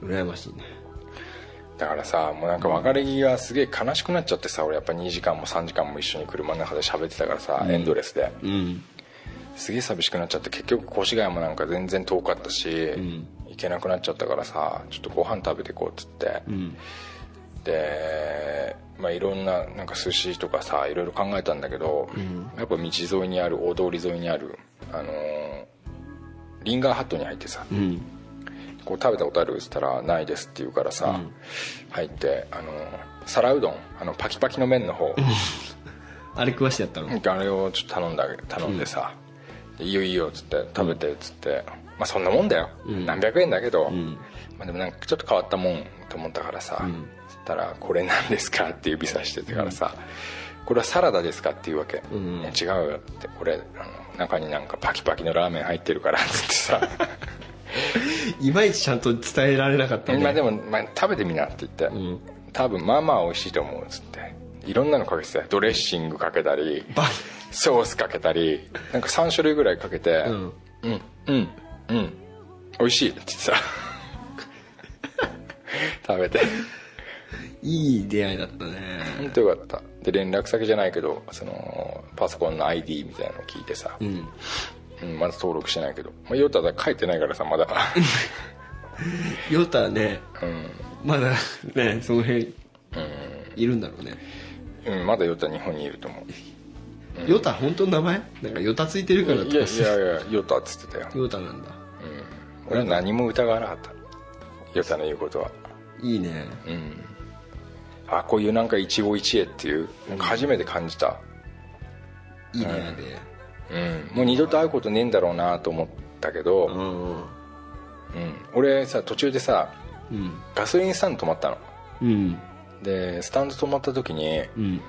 Speaker 3: 羨ましいね
Speaker 4: だからさもうなんか別れ際すげえ悲しくなっちゃってさ俺やっぱ2時間も3時間も一緒に車の中で喋ってたからさ、エンドレスで
Speaker 3: うん
Speaker 4: すげえ寂しくなっちゃって結局越谷もなんか全然遠かったし、
Speaker 3: ん
Speaker 4: 行けなくなっちゃったからさちょっとご飯食べてこうっつって、
Speaker 3: うん
Speaker 4: で、まあ、いろんななんか寿司とかさいろいろ考えたんだけど、やっぱ道沿いにある大通り沿いにあるあのーリンガーハットに入ってさ、
Speaker 3: うん
Speaker 4: こう食べたことあるっつったら「ないです」って言うからさ、入ってあの皿うどんあのパキパキの麺の方
Speaker 3: あれ食わしてやったの、
Speaker 4: あれをちょっと頼んだ頼んでさ「でいいよいいよ」っつって食べてっつって、まあそんなもんだよ、何百円だけど、まあ、でもなんかちょっと変わったもんと思ったからさ、そしたら「これなんですか?」って指さしててからさ、これはサラダですかっていうわけ、いや違うよってこれあの中になんかパキパキのラーメン入ってるからっつってさ
Speaker 3: いまいちちゃんと伝えられなかった
Speaker 4: まあ
Speaker 3: ね
Speaker 4: でも、まあ、食べてみなって言って、多分まあまあ美味しいと思うっつっていろんなのかけてたよドレッシングかけたり
Speaker 3: バ
Speaker 4: ソースかけたりなんか3種類ぐらいかけて「うんうんうん美味しい」って言って さ食べて
Speaker 3: いい出会いだったね
Speaker 4: 本当よかったで連絡先じゃないけどそのパソコンの ID みたいなの聞いてさ、
Speaker 3: うん
Speaker 4: うんまだ登録してないけど、まあ、ヨタだ書いてないからさ まだ
Speaker 3: ヨタね、まだねその辺いるんだろうね、
Speaker 4: うんまだヨタ日本にいると思う
Speaker 3: ヨタ本当の名前なんかヨタついてるからと
Speaker 4: い
Speaker 3: か
Speaker 4: やいやいやヨタっつってたよ
Speaker 3: ヨタなんだ
Speaker 4: 俺は何も疑わなかったヨタの言うことはい
Speaker 3: いね、
Speaker 4: あこういうなんか一期一会っていうなんか初めて感じた、
Speaker 3: いい出会いで
Speaker 4: うん、もう二度と会うことねえんだろうなと思ったけど、
Speaker 3: うんうん
Speaker 4: うん俺さ途中でさ
Speaker 3: うん
Speaker 4: ガソリンスタンド止まったの
Speaker 3: うん
Speaker 4: でスタンド止まった時に
Speaker 3: うん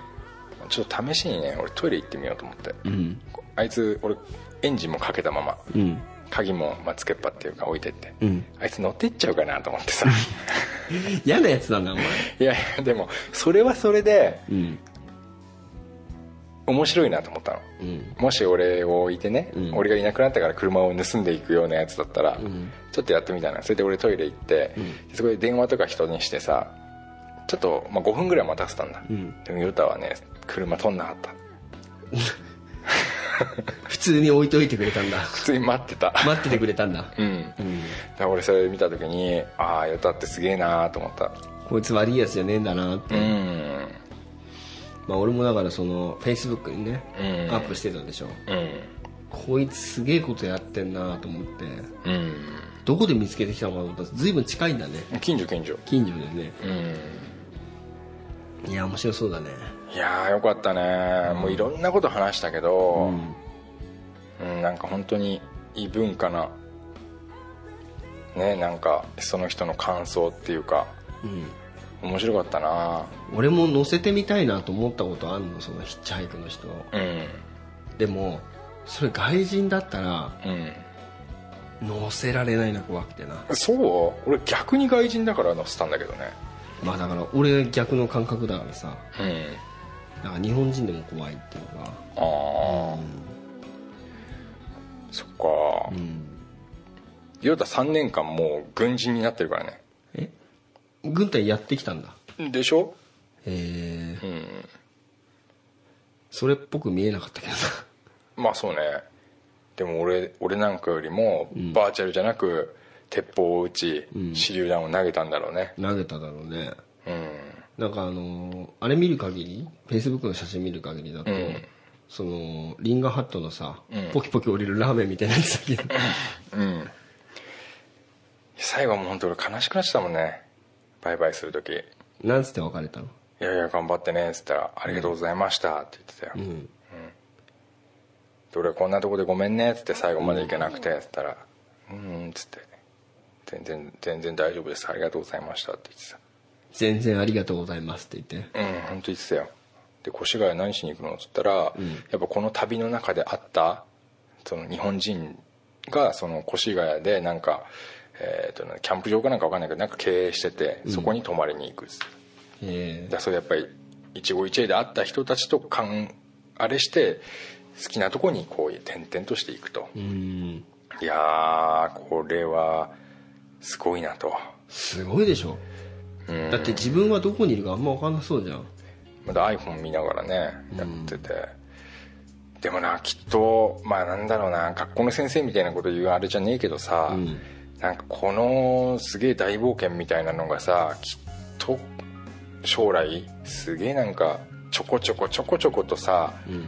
Speaker 4: ちょっと試しにね俺トイレ行ってみようと思って
Speaker 3: うん
Speaker 4: あいつ俺エンジンもかけたまま
Speaker 3: うん
Speaker 4: 鍵も、まあ、つけっぱっていうか置いてって、
Speaker 3: うん
Speaker 4: あいつ乗ってっちゃうかなと思ってさ
Speaker 3: 嫌なやつだなお前
Speaker 4: いやいやでもそれはそれで
Speaker 3: うん
Speaker 4: 面白いなと思ったの
Speaker 3: うん
Speaker 4: もし俺を置いてね、
Speaker 3: ん
Speaker 4: 俺がいなくなったから車を盗んでいくようなやつだったら、
Speaker 3: ん
Speaker 4: ちょっとやってみたいなそれで俺トイレ行って、そこで電話とか人にしてさちょっと、まあ、5分ぐらい待たせたんだ、
Speaker 3: ん
Speaker 4: でもヨタはね車取んなかった
Speaker 3: 普通に置いといてくれたんだ
Speaker 4: 普通に待ってた、
Speaker 3: 待っててくれたんだ
Speaker 4: うん、だから俺それ見た時にああヨタってすげえなーと思った
Speaker 3: こいつ悪いやつじゃねえんだなって、
Speaker 4: うん
Speaker 3: まあ、俺もだからそのフェイスブックにね、
Speaker 4: うん
Speaker 3: アップしてたんでしょ
Speaker 4: うん
Speaker 3: こいつすげえことやってんなと思って
Speaker 4: うん
Speaker 3: どこで見つけてきたのかと思ったら随分近いんだね
Speaker 4: 近所近所
Speaker 3: 近所でね
Speaker 4: うん
Speaker 3: いや面白そうだね
Speaker 4: いやーよかったね、もういろんなこと話したけど、うんなんか本当に異文化なねなんかその人の感想っていうか
Speaker 3: うん
Speaker 4: 面白かったな
Speaker 3: 俺も乗せてみたいなと思ったことあるのそのヒッチハイクの人を
Speaker 4: うん
Speaker 3: でもそれ外人だったら
Speaker 4: うん
Speaker 3: 乗せられないな怖くてな
Speaker 4: そう俺逆に外人だから乗せたんだけどね
Speaker 3: まあだから俺逆の感覚だからさ
Speaker 4: うん
Speaker 3: だから日本人でも怖いっていうか
Speaker 4: ああ、そっか
Speaker 3: うん
Speaker 4: ヨタ3年間もう軍人になってるからね
Speaker 3: え軍隊やってきたんだ
Speaker 4: でしょ
Speaker 3: えー
Speaker 4: うん
Speaker 3: それっぽく見えなかったけどな
Speaker 4: まあそうねでも俺俺なんかよりもバーチャルじゃなく鉄砲を撃ち手榴弾を投げたんだろうね
Speaker 3: 投げただろうね
Speaker 4: うん
Speaker 3: なんかあのーあれ見る限りフェイスブックの写真見る限りだと、
Speaker 4: ん
Speaker 3: そのリンガーハットのさ、ポキポキ折れるラーメンみたいなやつだけど
Speaker 4: うん最後もう本当俺悲しくなっちゃったもんねバイバイする時「
Speaker 3: なんつって別れたの
Speaker 4: いやいや頑張ってね」っつったら「ありがとうございました」って言ってたよ、
Speaker 3: うん
Speaker 4: で俺はこんなとこでごめんねっつって最後まで行けなくてっつったら「うん」っつって「全然全然大丈夫ですありがとうございました」って言ってた
Speaker 3: 全然ありがとうございますって言って
Speaker 4: うん本当言ってたよで越谷何しに行くのっつったら、やっぱこの旅の中であったその日本人がその越谷でなんか、えー、とねキャンプ場かなんか分かんないけどなんか経営しててそこに泊まりに行くっつって、
Speaker 3: え
Speaker 4: だからそれやっぱり一期一会で会った人たちとかんあれして好きなとこにこう転々としていくと、
Speaker 3: ーうん
Speaker 4: いやーこれはすごいなと
Speaker 3: すごいでしょ
Speaker 4: うん
Speaker 3: だって自分はどこにいるかあんま分かんなそうじゃん
Speaker 4: まだ iPhone 見ながらねやってて、でもなきっとまあなんだろうな学校の先生みたいなこと言うあれじゃねえけどさ、
Speaker 3: うん
Speaker 4: なんかこのすげえ大冒険みたいなのがさきっと将来すげえなんかちょこちょこちょこちょことさ
Speaker 3: うん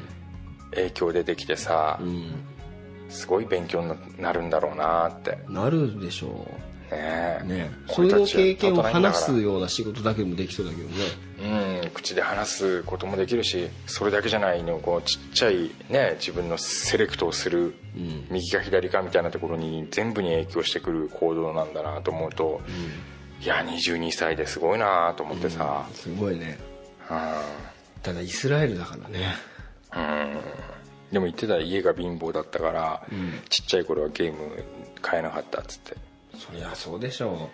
Speaker 4: 影響出てきてさ、
Speaker 3: う
Speaker 4: すごい勉強になるんだろうなってね
Speaker 3: んなるでしょ
Speaker 4: え
Speaker 3: うねそ
Speaker 4: 俺
Speaker 3: れの
Speaker 4: たち
Speaker 3: 経験を
Speaker 4: やったことないんだ
Speaker 3: 話
Speaker 4: から
Speaker 3: すような仕事だけでもできそうだけどね
Speaker 4: うん、口で話すこともできるしそれだけじゃないのこうちっちゃいね自分のセレクトをする、
Speaker 3: ん
Speaker 4: 右か左かみたいなところに全部に影響してくる行動なんだなと思うと、いや22歳ですごいなと思ってさ、
Speaker 3: すごいね
Speaker 4: うん
Speaker 3: ただイスラエルだからね
Speaker 4: でも言ってた家が貧乏だったから、ちっちゃい頃はゲーム買えなかったっつって
Speaker 3: そりゃそうでしょ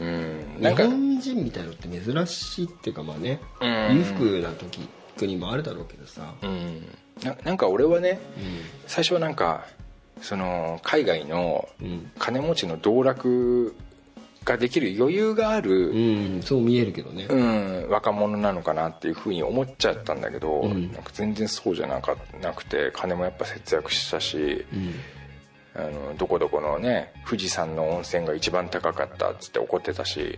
Speaker 4: うん
Speaker 3: う
Speaker 4: な
Speaker 3: 日
Speaker 4: んか
Speaker 3: 本人みたいのって珍しいっていうかまあね裕福な時国もあるだろうけどさ
Speaker 4: うんななんか俺はね、最初はなんかその海外の
Speaker 3: ん
Speaker 4: 金持ちの道楽ができる余裕があ
Speaker 3: う
Speaker 4: る、
Speaker 3: んそう見えるけどね
Speaker 4: うん若者なのかなっていうふうに思っちゃったんだけど、
Speaker 3: ん
Speaker 4: なんか全然そうじゃなかなくて金もやっぱ節約したし、
Speaker 3: うん
Speaker 4: あのどこどこのね富士山の温泉が一番高かったっつって怒ってたし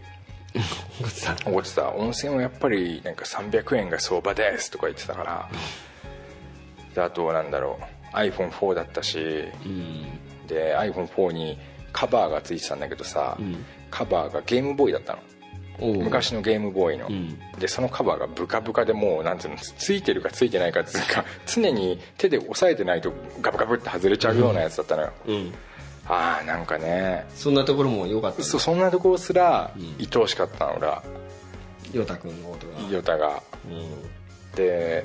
Speaker 3: さ
Speaker 4: 怒ってた温泉はやっぱりなんか300円が相場ですとか言ってたからであとなんだろう iPhone4 だったし
Speaker 3: うん
Speaker 4: で iPhone4 にカバーがついてたんだけどさ、
Speaker 3: ん
Speaker 4: カバーがゲームボーイだったの
Speaker 3: おう
Speaker 4: 昔のゲームボーイの、
Speaker 3: ん
Speaker 4: でそのカバーがブカブカでもうなんていうのつついてるかついてないかっていうか常に手で押さえてないとガブガブって外れちゃうようなやつだったのよ、
Speaker 3: うん
Speaker 4: ああなんかね
Speaker 3: そんなところも良かった
Speaker 4: そ
Speaker 3: ね
Speaker 4: そんなところすら愛おしかったの俺は
Speaker 3: ヨタ君のことが
Speaker 4: ヨタが
Speaker 3: うん
Speaker 4: で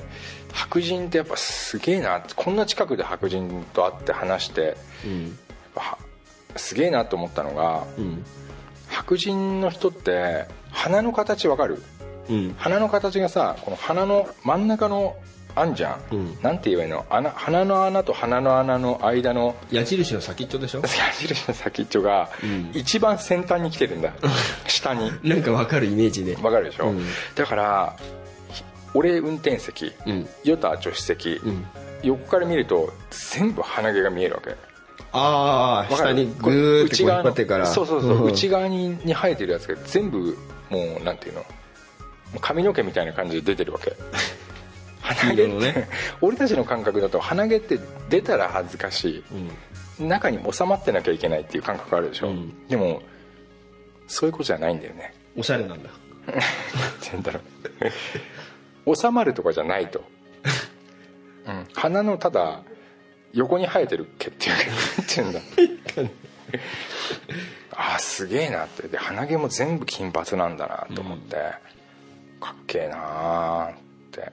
Speaker 4: 白人ってやっぱすげえなこんな近くで白人と会って話してやっ
Speaker 3: うん
Speaker 4: ぱはすげえなと思ったのが
Speaker 3: うん
Speaker 4: 白人の人って鼻の形わかる
Speaker 3: うん
Speaker 4: 鼻の形がさこの鼻の真ん中のあんじゃん、
Speaker 3: うん
Speaker 4: なんて言えばいいの穴鼻の穴と鼻の穴の間の
Speaker 3: 矢印の先っちょでしょ
Speaker 4: 矢印の先っちょが
Speaker 3: ん
Speaker 4: 一番先端に来てるん だ、下に
Speaker 3: なんかわかるイメージね
Speaker 4: わかるでしょ、
Speaker 3: うん
Speaker 4: だからひ俺運転席、
Speaker 3: うん
Speaker 4: ヨタ助手席、
Speaker 3: うん
Speaker 4: 横から見ると全部鼻毛が見えるわけ
Speaker 3: ああ
Speaker 4: わか
Speaker 3: 下
Speaker 4: る
Speaker 3: にグーってこう引っ張
Speaker 4: の
Speaker 3: ってから
Speaker 4: そうそうそう、
Speaker 3: ん
Speaker 4: 内側にに生えてるやつが全部もうなんていうのもう髪の毛みたいな感じで出てるわけ 鼻毛っ
Speaker 3: 黄色の
Speaker 4: て、
Speaker 3: ね
Speaker 4: 俺たちの感覚だと鼻毛って出たら恥ずかし
Speaker 3: うん
Speaker 4: い中に収まってなきゃいけないっていう感覚あるでしょ、
Speaker 3: うん
Speaker 4: でもそういうことじゃないんだよね
Speaker 3: おしゃれなんだ
Speaker 4: なんて言うんだろう収まるとかじゃないと、うん、鼻のただ横に生えてる毛っていうかなんて言うんだああすげえなってで鼻毛も全部金髪なんだなと思って、かっけえなーって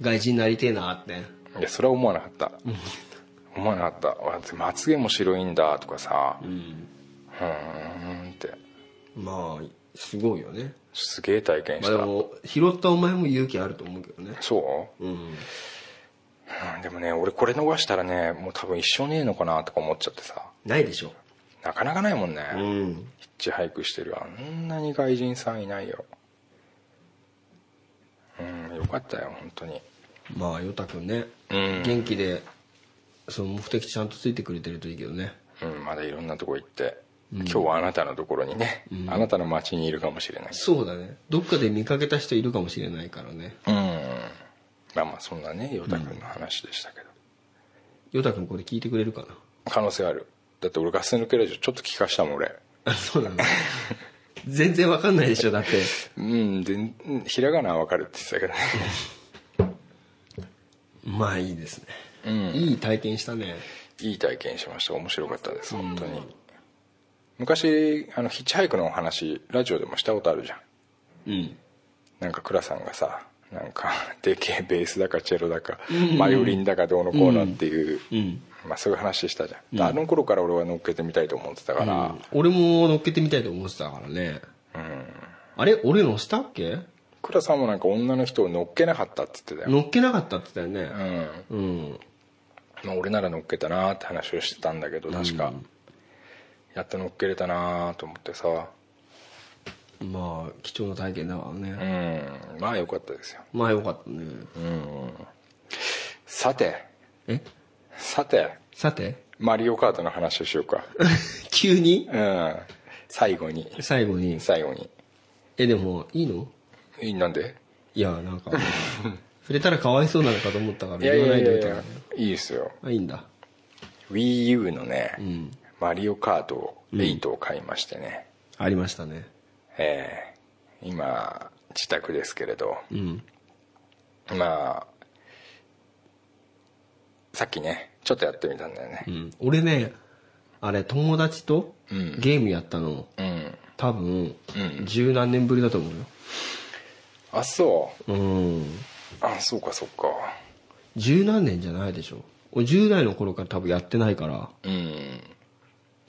Speaker 3: 外人になりてえなって
Speaker 4: いやそれは思わなかった思わなかったわまつげも白いんだとかさうーんって
Speaker 3: まあすごいよね、
Speaker 4: すげえ体験し
Speaker 3: まあ、で
Speaker 4: た、
Speaker 3: も拾ったお前も勇気あると思うけどね
Speaker 4: そう、
Speaker 3: うん
Speaker 4: うんでもね俺これ逃したらねもう多分一生ねえのかなとか思っちゃってさ
Speaker 3: ないでしょ
Speaker 4: なかなかないもんね、
Speaker 3: う
Speaker 4: ヒッ
Speaker 3: ん
Speaker 4: チハイクしてるあんなに外人さんいないよかったよ本当に
Speaker 3: まあヨタくんね、
Speaker 4: うん
Speaker 3: 元気でその目的地ちゃんとついてくれてるといいけどね
Speaker 4: うん、まだいろんなとこ行って、今日はあなたのところにね、あなたの町にいるかもしれない
Speaker 3: そうだねどっかで見かけた人いるかもしれないからね
Speaker 4: うんまあまあそんなねヨタ君の話でしたけど、
Speaker 3: ヨタくんこれ聞いてくれるか
Speaker 4: 可能性あるだって俺ガス抜けラジオちょっと聞かしたもん俺
Speaker 3: なそうな の全然わかんないでしょだって
Speaker 4: うんでうんひらがなは分かるって言ってたけどね
Speaker 3: まあいいですね、
Speaker 4: うん
Speaker 3: いい体験したね
Speaker 4: いい体験しました面白かったです本当に、昔あのヒッチハイクのお話ラジオでもしたことあるじゃん
Speaker 3: うん
Speaker 4: なんか倉さんがさなんか でけえベースだかチェロだか、バイオリンだかどうのこうのっていう、
Speaker 3: うん
Speaker 4: まあ、そういう話したじゃん、あの頃から俺は乗っけてみたいと思ってたから、
Speaker 3: 俺も乗っけてみたいと思ってたからねあれ俺乗したっけ
Speaker 4: 倉さんもなんか女の人を乗っけなかったって言ってたよ、
Speaker 3: 乗っけなかったって言ったよ
Speaker 4: う
Speaker 3: ね
Speaker 4: ん
Speaker 3: うん
Speaker 4: まあ、俺なら乗っけたなーって話をしてたんだけど確か、やっと乗っけれたなーと思ってさ
Speaker 3: まあ貴重な体験だから
Speaker 4: う
Speaker 3: ね、
Speaker 4: んまあよかったですよ
Speaker 3: まあよかったね、
Speaker 4: さて
Speaker 3: え
Speaker 4: さて
Speaker 3: さて
Speaker 4: マリオカートの話をしよう か
Speaker 3: 急に
Speaker 4: うん最後に
Speaker 3: 最後に
Speaker 4: 最後に
Speaker 3: えでもいいの
Speaker 4: えなんで
Speaker 3: いやなん か触れたらかわいそうなのかと思ったから
Speaker 4: いやいや
Speaker 3: 言
Speaker 4: い
Speaker 3: わ
Speaker 4: や
Speaker 3: ないといた
Speaker 4: やいいですよ
Speaker 3: あいいんだ
Speaker 4: WiiU のね、
Speaker 3: ん
Speaker 4: マリオカート8を買いましてね、
Speaker 3: ありましたね
Speaker 4: えー今自宅ですけれど、
Speaker 3: うん
Speaker 4: まあさっきねちょっとやってみたんだよね
Speaker 3: うん俺ねあれ友達と
Speaker 4: うん
Speaker 3: ゲームやったの
Speaker 4: うん、
Speaker 3: 多分
Speaker 4: うん
Speaker 3: 十何年ぶりだと思うよ
Speaker 4: あそう
Speaker 3: うん
Speaker 4: あそうかそうか
Speaker 3: 十何年じゃないでしょ俺10代の頃から多分やってないから
Speaker 4: うん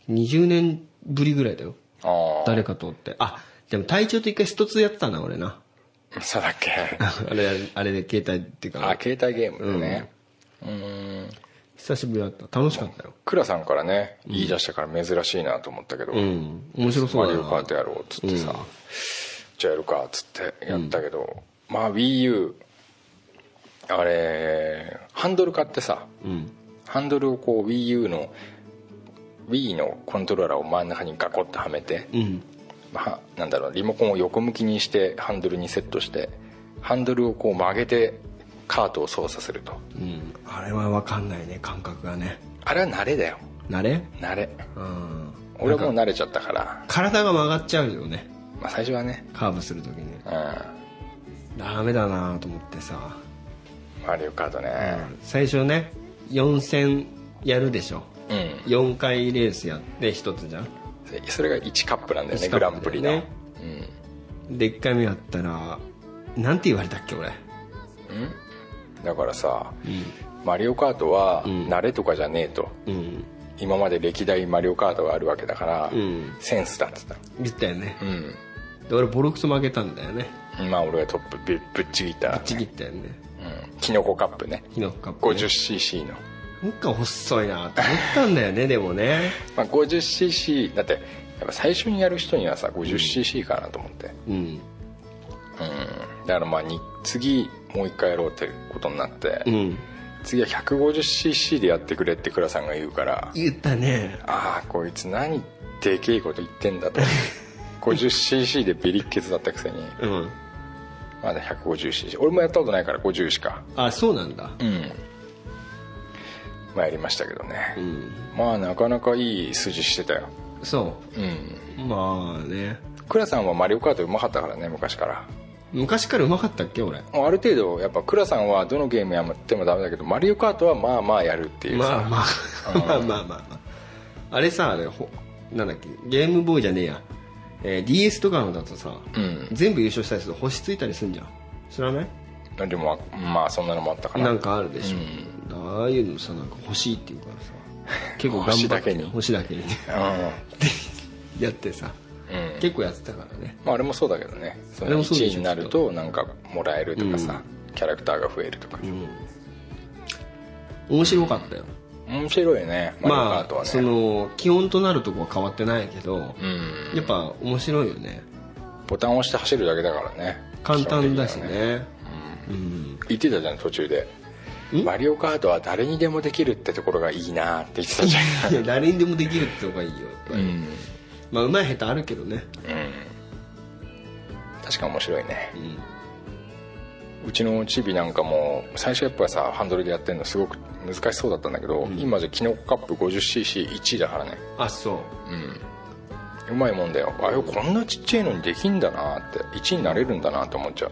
Speaker 3: 20年ぶりぐらいだよ
Speaker 4: あ
Speaker 3: 誰かとってあでも隊長と一回スト2やってたな俺 な
Speaker 4: あそうだっ け
Speaker 3: あれあれで携帯っていう
Speaker 4: あ
Speaker 3: か
Speaker 4: 携帯ゲームでねうん
Speaker 3: 久しぶりだった楽しかったよ
Speaker 4: 倉さんからね言い出したから珍しいなと思ったけど、
Speaker 3: うん面白そう
Speaker 4: マ
Speaker 3: だ
Speaker 4: リ
Speaker 3: な
Speaker 4: オカートやろうっつってさ、じゃあやるかっつってやったけど、まあ WiiU あれハンドル買ってさ
Speaker 3: うん
Speaker 4: ハンドルをこう WiiU の Wii のコントローラーを真ん中にガコッとはめて、
Speaker 3: うん
Speaker 4: まあ、なんだろうリモコンを横向きにしてハンドルにセットしてハンドルをこう曲げてカートを操作すると
Speaker 3: うんあれは分かんないね感覚がね
Speaker 4: あれは慣れだよ
Speaker 3: 慣れ
Speaker 4: 慣れ
Speaker 3: うん
Speaker 4: 俺はもう慣れちゃったから、
Speaker 3: 体が曲がっちゃうよね
Speaker 4: まあ、最初はね
Speaker 3: カーブするときに
Speaker 4: うんマ
Speaker 3: ダメだなと思ってさ
Speaker 4: リオカートね
Speaker 3: 最初ね4戦やるでしょ
Speaker 4: うん
Speaker 3: 4回レースやって1つじゃん
Speaker 4: それが1カップなんだよね
Speaker 3: 1カ
Speaker 4: グラ
Speaker 3: ッ
Speaker 4: ン
Speaker 3: プ
Speaker 4: プ
Speaker 3: だ
Speaker 4: リ
Speaker 3: よ
Speaker 4: の、
Speaker 3: ねで1回目やったらなんて言われたっけ俺
Speaker 4: うん、だからさ、マリオカートは慣れとかじゃねえと、
Speaker 3: うん
Speaker 4: 今まで歴代マリオカートがあるわけだから、
Speaker 3: ん
Speaker 4: センスだっつった
Speaker 3: 言ったよね
Speaker 4: う
Speaker 3: で俺ボロクソ負けたんだよね
Speaker 4: んまあ俺がトップぶぶっちぎった
Speaker 3: ちぎったよね
Speaker 4: うん、キノコカップね
Speaker 3: 火のカップ、ね、
Speaker 4: 50cc の、
Speaker 3: なんか細いなと思ったんだよね でもね
Speaker 4: まあ、50cc だってやっぱ最初にやる人にはさ 50cc かなと思って、
Speaker 3: うん
Speaker 4: うん、だからまあに次もう一回やろうってことになって、
Speaker 3: うん
Speaker 4: 次は 150cc でやってくれって倉さんが言うから
Speaker 3: 言ったね
Speaker 4: ああこいつ何でけえこと言って んだと 50cc でビリッケツだったくせに
Speaker 3: うん
Speaker 4: まだ 150cc 俺もやったことないから50しか
Speaker 3: あそうなんだ
Speaker 4: うんまあやりましたけどね、
Speaker 3: うん
Speaker 4: まあなかなかいい筋してたよ
Speaker 3: そ
Speaker 4: うん
Speaker 3: うまあね
Speaker 4: 倉さんはマリオカートうまかったからね昔から
Speaker 3: 昔からうまかったっけ俺
Speaker 4: もうある程度やっぱ倉さんはどのゲームやってもダメだけどマリオカートはまあまあやるっていう
Speaker 3: ま
Speaker 4: さ、
Speaker 3: あまあ まあまあまあまああれさあれほなんだっけゲームボーイじゃねえや、えー DS とかのだとさ、
Speaker 4: うん
Speaker 3: 全部優勝したりすると星ついたりすんじゃん知らない
Speaker 4: でもまあまあそんなのもあったから
Speaker 3: なんかあるでしょ、ああいうのさなんか欲しい っていうからさ結構頑張って
Speaker 4: 星だけに
Speaker 3: 星だ けにね
Speaker 4: う
Speaker 3: やってさ、
Speaker 4: うん
Speaker 3: 結構やってたからね
Speaker 4: んまああれもそうだけどね
Speaker 3: あ
Speaker 4: そ
Speaker 3: れ
Speaker 4: の
Speaker 3: もそうで
Speaker 4: 1
Speaker 3: しょ
Speaker 4: 位になるとなんかもらえるとかさ、キャラクターが増えるとか、
Speaker 3: 面白かったよ、
Speaker 4: 面白いねマリオカー
Speaker 3: ま
Speaker 4: トは
Speaker 3: あそ
Speaker 4: ね、
Speaker 3: の基本となるとこは変わってないけど、
Speaker 4: うん
Speaker 3: やっぱ面白いよね
Speaker 4: ボタンを押して走るだけだからね
Speaker 3: 簡単だし
Speaker 4: 基
Speaker 3: ね
Speaker 4: 本的には言ってたじゃん途中で「マリオカートは誰にでもできるってところがいいな」って言ってたじゃん
Speaker 3: いや誰にでもできるってのがいいよやっぱり、
Speaker 4: うん
Speaker 3: まあうまい下手あるけどね
Speaker 4: 確か面白いね
Speaker 3: うん
Speaker 4: うちのチビなんかも最初やっぱさハンドルでやってるのすごく難しそうだったんだけど、今じゃキノコカップ 50cc1 位だからね
Speaker 3: あそう
Speaker 4: うまいもんだよあれこんなちっちゃいのにできんだなって1位になれるんだなって思っちゃう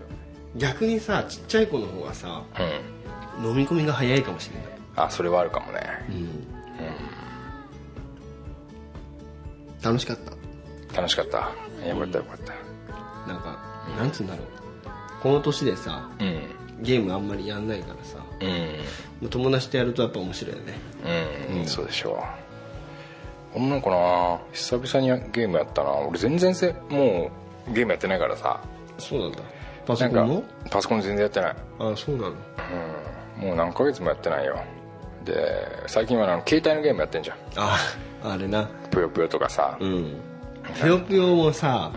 Speaker 3: 逆にさちっちゃい子の方がさ
Speaker 4: うん
Speaker 3: 飲み込みが早いかもしれない
Speaker 4: あそれはあるかもね、
Speaker 3: 楽しかった
Speaker 4: 楽しかったよかったよかった
Speaker 3: なんか、なんつうんだろうこの年でさ
Speaker 4: うん
Speaker 3: ゲームあんまりやんないからさも
Speaker 4: う
Speaker 3: う友達とやるとやっぱ面白いよね
Speaker 4: んうん、そうでしょう女の子な久々にゲームやったな俺全然せもうゲームやってないからさ
Speaker 3: そうなんだパ
Speaker 4: な
Speaker 3: ソ
Speaker 4: ん
Speaker 3: コ
Speaker 4: か
Speaker 3: ンも
Speaker 4: パソコン全然やってない
Speaker 3: あそうなの
Speaker 4: もう何ヶ月もやってないよで最近はあの携帯のゲームやってんじゃん
Speaker 3: ああれな
Speaker 4: ぷよぷよとかさう、
Speaker 3: うんんぷよぷよもさ、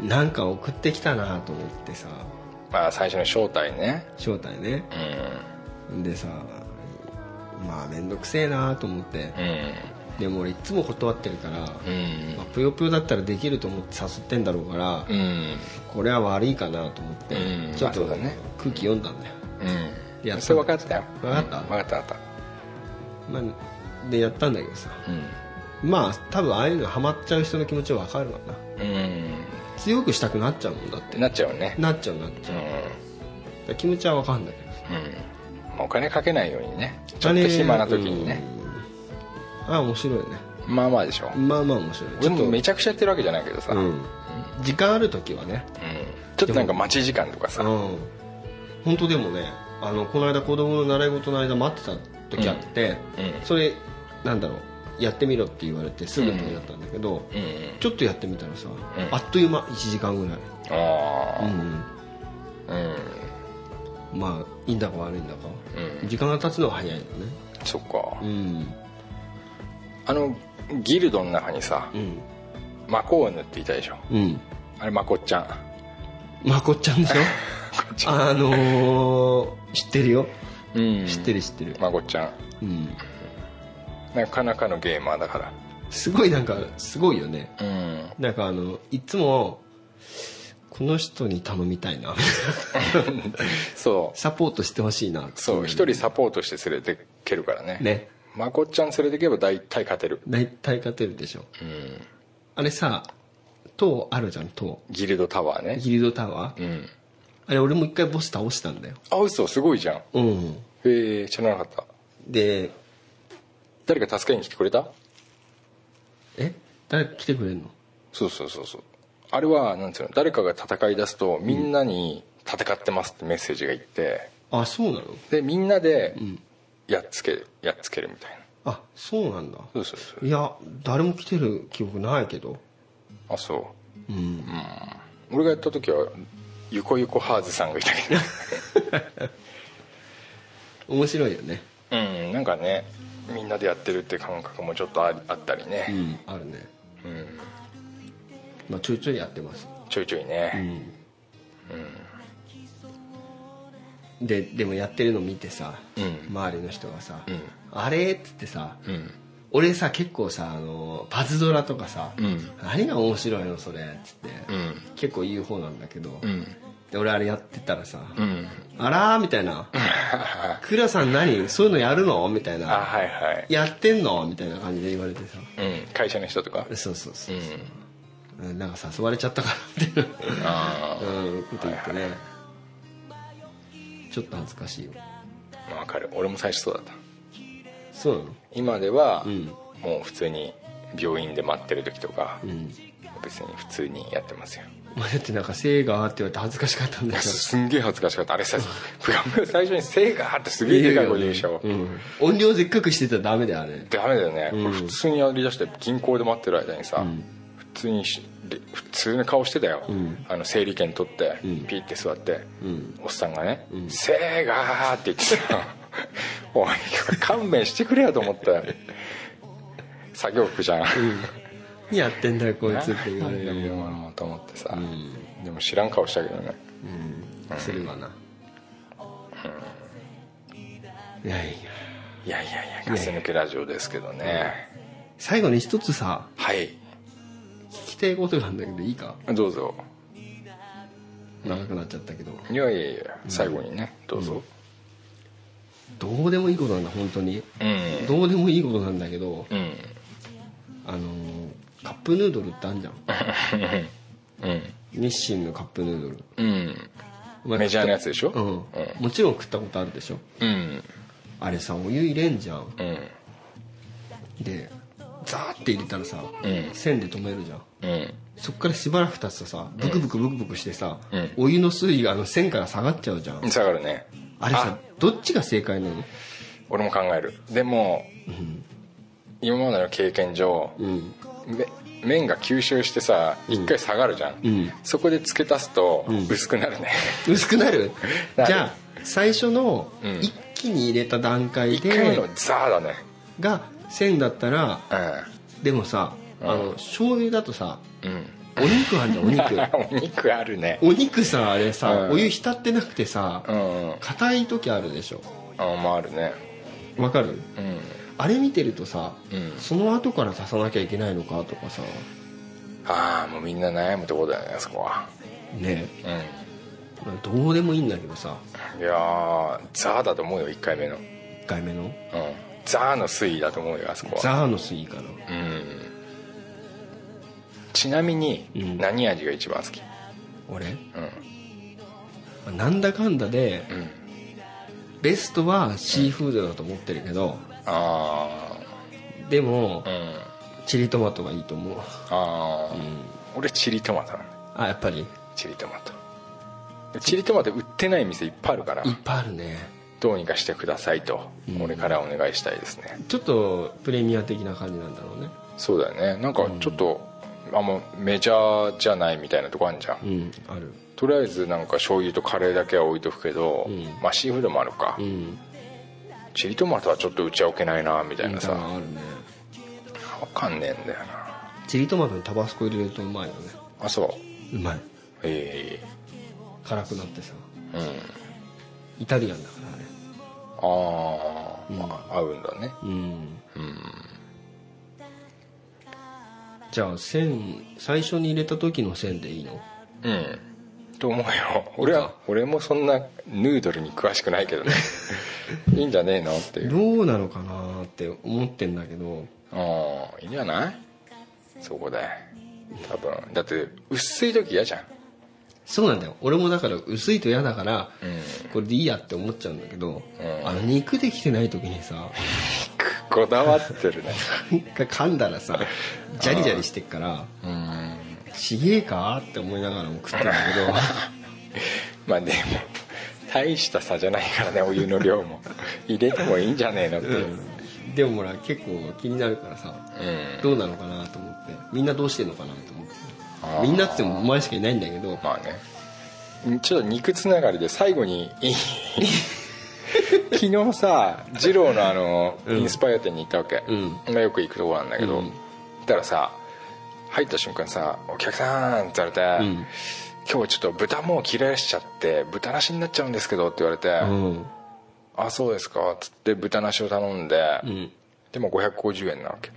Speaker 3: なんか送ってきたなと思ってさ
Speaker 4: まあ最初の正体ね
Speaker 3: 正体ねでさまあ面倒くせえなと思って、でも俺いつも断ってるから、
Speaker 4: うん
Speaker 3: まあ、ぷよぷよだったらできると思って誘ってんだろうから、
Speaker 4: うんうん
Speaker 3: これは悪いかなと思って、
Speaker 4: うん
Speaker 3: ちょっと
Speaker 4: まあそうだね
Speaker 3: 空気読んだんだよ
Speaker 4: うん
Speaker 3: やった
Speaker 4: それ分かったよ
Speaker 3: 分かった
Speaker 4: 分かった分かっ
Speaker 3: まあ、でやったんだけどさ
Speaker 4: たうん
Speaker 3: まあ多分ああいうのハマっちゃう人の気持ちは分かるわな
Speaker 4: うん
Speaker 3: 強くしたくなっちゃうもんだっ
Speaker 4: って
Speaker 3: て
Speaker 4: なっちゃうね
Speaker 3: なっちゃうなっち
Speaker 4: う
Speaker 3: ゃ
Speaker 4: ん
Speaker 3: うだから気持ちは分かるんだけどさ
Speaker 4: うんまあお金かけないようにねちょっと暇な時にね、
Speaker 3: うんああ面白いね
Speaker 4: まあまあでしょ
Speaker 3: まあまあ面白い
Speaker 4: 俺もめちゃくちゃやってるわけじゃないけどさ、
Speaker 3: う
Speaker 4: うん
Speaker 3: ん時間ある時はね
Speaker 4: ちょっとなんか待ち時間とかさ、
Speaker 3: うん本当でもねあのこの間子供の習い事の間待ってた時あって、
Speaker 4: うんうん
Speaker 3: それなんだろうやってみろって言われてすぐの時だったんだけど、
Speaker 4: うん
Speaker 3: ちょっとやってみたらさ、
Speaker 4: ん
Speaker 3: あっという間1時間ぐらい、
Speaker 4: ああうん
Speaker 3: まあいいんだか悪いんだか、
Speaker 4: う
Speaker 3: 時間が経つのは早いよね
Speaker 4: そっか、
Speaker 3: うん
Speaker 4: あのギルドの中にさ、
Speaker 3: うん
Speaker 4: マコーヌっていたでしょ
Speaker 3: うん
Speaker 4: あれマコっちゃん
Speaker 3: まこっちゃんでしょあのー、知ってるよ
Speaker 4: うん
Speaker 3: 知ってる知ってる、
Speaker 4: マコっちゃん
Speaker 3: うん、
Speaker 4: なかなかのゲーマーだから
Speaker 3: すごいなんかすごいよね
Speaker 4: うん
Speaker 3: なんかあのいつもこの人に頼みたいな
Speaker 4: そう
Speaker 3: サポートしてほしいな
Speaker 4: そう一人サポートして連れてけるからね
Speaker 3: ね
Speaker 4: マコっちゃん連れてけば大体勝てる
Speaker 3: 大体勝てるでしょ
Speaker 4: うん
Speaker 3: あれさ塔あるじゃん塔
Speaker 4: ギルドタワーね
Speaker 3: ギルドタワー、
Speaker 4: うん
Speaker 3: あれ俺も一回ボス倒したんだよ
Speaker 4: あ嘘すごいじゃん
Speaker 3: うん
Speaker 4: へえ知らなかった
Speaker 3: で
Speaker 4: 誰か助けに来てくれた
Speaker 3: え誰か来てくれるの
Speaker 4: そうそうそうそうあれはなんつうの誰かが戦い出すとみんなに戦ってますってメッセージがいって
Speaker 3: あそうなの
Speaker 4: でみんなでやっつけやっつけるみたいな
Speaker 3: あそうなんだ
Speaker 4: そうそうそう
Speaker 3: いや誰も来てる記憶ないけど
Speaker 4: あそ
Speaker 3: うん
Speaker 4: う俺がやった時はゆこゆこハーズさんがいたけど
Speaker 3: 面白いよね
Speaker 4: うんなんかねみんなでやってるって感覚もちょっとありあったり
Speaker 3: う
Speaker 4: ね、
Speaker 3: んあるねうんまあちょいちょいやってます
Speaker 4: ちょいちょいね、
Speaker 3: ででもやってるの見てさ、
Speaker 4: うん
Speaker 3: 周りの人がさ「
Speaker 4: ん
Speaker 3: あれ?」っつってさ、
Speaker 4: ん
Speaker 3: 俺さ結構さあのパズドラとかさ、
Speaker 4: ん
Speaker 3: 何が面白いのそれ」っつって、
Speaker 4: ん
Speaker 3: 結構言う方なんだけど、
Speaker 4: ん
Speaker 3: で俺あれやってたらさ「
Speaker 4: うん
Speaker 3: あら?」みたい な「クラさん何そういうのやるの?」みたい
Speaker 4: あ
Speaker 3: な
Speaker 4: はいはい
Speaker 3: 「やってんの?」みたいな感じで言われてさ
Speaker 4: うん、会社の人とか
Speaker 3: そうそうそうう、
Speaker 4: ん
Speaker 3: うんなんか誘われちゃったからみたいな
Speaker 4: あ
Speaker 3: うんこと言ってね、ちょっと恥ずかしいよ
Speaker 4: あ分かる俺も最初そうだった
Speaker 3: そうなの
Speaker 4: 今では、
Speaker 3: ん
Speaker 4: もう普通に病院で待ってる時とか、
Speaker 3: うん
Speaker 4: 別に普通にやってますよ
Speaker 3: 俺だってなんか「せいが」って言われて恥ずかしかったんだよ
Speaker 4: すんげえ恥ずかしかったあ れさプラム最初に「せいが」ってすげえでかい声で言うでしょ、
Speaker 3: うん、音量でっかくしてたらダメだよあれ
Speaker 4: ダメだよね、これ普通にやりだして銀行で待ってる間にさ、普通にしで普通の顔してたよ、あの整理券取って、ピーって座って、おっさんがね「せいが」って言ってさ おい勘弁してくれよと思って作業服じゃん、
Speaker 3: 何やってんだよこいつって言われ
Speaker 4: 何で
Speaker 3: る
Speaker 4: も
Speaker 3: よ、
Speaker 4: 読まなと思ってさ、でも知らん顔したけどね
Speaker 3: するわないやいや
Speaker 4: いやいやいやガス抜けラジオですけどね
Speaker 3: 最後に一つさ
Speaker 4: はい
Speaker 3: 聞きたいことがあるんだけどいいか
Speaker 4: どうぞ
Speaker 3: 長くなっちゃったけど
Speaker 4: いやいやいや最後にねどうぞ
Speaker 3: どうでもいいことなんだ本当に
Speaker 4: うん
Speaker 3: どうでもいいことなんだけど
Speaker 4: うん
Speaker 3: あのーカップヌードルってあんじゃん
Speaker 4: うん
Speaker 3: 日清のカップヌードル
Speaker 4: うん
Speaker 3: お前
Speaker 4: メジャーなやつでしょ
Speaker 3: うん、もちろん食ったことあるでしょ
Speaker 4: うん
Speaker 3: あれさお湯入れんじゃん
Speaker 4: うん
Speaker 3: でザーって入れたらさ、
Speaker 4: ん
Speaker 3: 線で止めるじゃん
Speaker 4: うん
Speaker 3: そっからしばらく経つとさブクブクブクブクしてさ、
Speaker 4: うん
Speaker 3: お湯の水位があの線から下がっちゃうじゃん、
Speaker 4: 下がるね
Speaker 3: あれさどっちが正解なの
Speaker 4: 俺も考えるでも、今までの経験上、
Speaker 3: うん
Speaker 4: め麺が吸収してさ一回下がるじゃん、
Speaker 3: ん
Speaker 4: そこで付け足すと薄くなるね、
Speaker 3: 薄くなる
Speaker 4: なる
Speaker 3: じゃあ最初の
Speaker 4: うん
Speaker 3: 一気に入れた段階
Speaker 4: 一回目
Speaker 3: で
Speaker 4: のザーだね
Speaker 3: が線だったらでもさ
Speaker 4: ん
Speaker 3: あの醤油だとさ
Speaker 4: うん、うん
Speaker 3: お肉あ んじゃんお肉
Speaker 4: お肉あるね
Speaker 3: お肉さあれさ、
Speaker 4: うん
Speaker 3: お湯浸ってなくてさ
Speaker 4: うんうん
Speaker 3: 硬い時あるでしょ
Speaker 4: あまああるね
Speaker 3: わかる
Speaker 4: うん
Speaker 3: あれ見てるとさ、
Speaker 4: うん
Speaker 3: その後から足さなきゃいけないのかとかさ
Speaker 4: ああもうみんな悩むとこだよねそこは
Speaker 3: ね
Speaker 4: うん
Speaker 3: どうでもいいんだけどさ
Speaker 4: いやーザーだと思うよ1回目の、うん、
Speaker 3: 1回目の
Speaker 4: ザーの推移だと思うよあそこは
Speaker 3: ザーの水かな
Speaker 4: うんちなみに
Speaker 3: うん
Speaker 4: 何味が一番好き
Speaker 3: 俺
Speaker 4: うん
Speaker 3: なんだかんだで
Speaker 4: うん
Speaker 3: ベストはシーフードだと思ってるけど、
Speaker 4: あ
Speaker 3: でも
Speaker 4: あうん
Speaker 3: チリトマトがいいと思う
Speaker 4: ああ、俺チリトマトなんだ
Speaker 3: あやっぱりいっ
Speaker 4: チリトマトチリトマト売ってない店いっぱいあるから
Speaker 3: ぱいあるね
Speaker 4: どうにかしてくださいと
Speaker 3: うん
Speaker 4: 俺からお願いしたいですね、
Speaker 3: ちょっとプレミア的な感じなんだろうね
Speaker 4: そうだよねなんかちょっと、あんまメジャーじゃないみたいなとこあるじゃん、
Speaker 3: うんある
Speaker 4: とりあえずなんか醤油とカレーだけは置いとくけど、
Speaker 3: うん
Speaker 4: まあシーフードもあるか、
Speaker 3: うん
Speaker 4: チリトマトはちょっとうちは置けないなみたいなさ、
Speaker 3: うんあるね
Speaker 4: わかんねえんだよな
Speaker 3: チリトマトにタバスコ入れるとうまいよね
Speaker 4: あそう
Speaker 3: うまい
Speaker 4: え
Speaker 3: 辛くなってさ
Speaker 4: えうん
Speaker 3: イタリアンだからね
Speaker 4: あー、
Speaker 3: ん
Speaker 4: まあ合うんだね
Speaker 3: うん
Speaker 4: うん
Speaker 3: じゃあ線最初に入れた時の線でいいの
Speaker 4: うんと思うよ俺は俺もそんなヌードルに詳しくないけ どねいいんじゃねえのっていう
Speaker 3: どうなのかなって思ってんだけど
Speaker 4: うんいいんじゃないそこで多分だって薄い時嫌じゃん
Speaker 3: そうなんだよ俺もだから薄いと嫌だから、
Speaker 4: う
Speaker 3: これでいいやって思っちゃうんだけど、
Speaker 4: うん
Speaker 3: あの肉できてない時にさ
Speaker 4: こだわってるね
Speaker 3: なんか噛んだらさジャリジャリしてっから
Speaker 4: うん
Speaker 3: ちげえかって思いながらも食ったんだけど
Speaker 4: まあでも大した差じゃないからねお湯の量も入れてもいいんじゃねえのっていううん、
Speaker 3: でもほら結構気になるからさどうなのかなと思ってみんなどうしてんのかなと思って
Speaker 4: あー
Speaker 3: みんなって言ってもお前しかいないんだけど
Speaker 4: まあねちょっと肉つながりで最後に 昨日さ二郎のあの、
Speaker 3: うん
Speaker 4: インスパイア店に行ったわけ、
Speaker 3: う
Speaker 4: よく行くとこなんだけど、
Speaker 3: うん
Speaker 4: だからさ入った瞬間さ「お客さん」って言われて、
Speaker 3: うん
Speaker 4: 今日ちょっと豚もう切らしちゃって豚なしになっちゃうんですけど」って言われて「
Speaker 3: うん
Speaker 4: あそうですか」っつって豚なしを頼んで、
Speaker 3: うん
Speaker 4: でも550円なわけ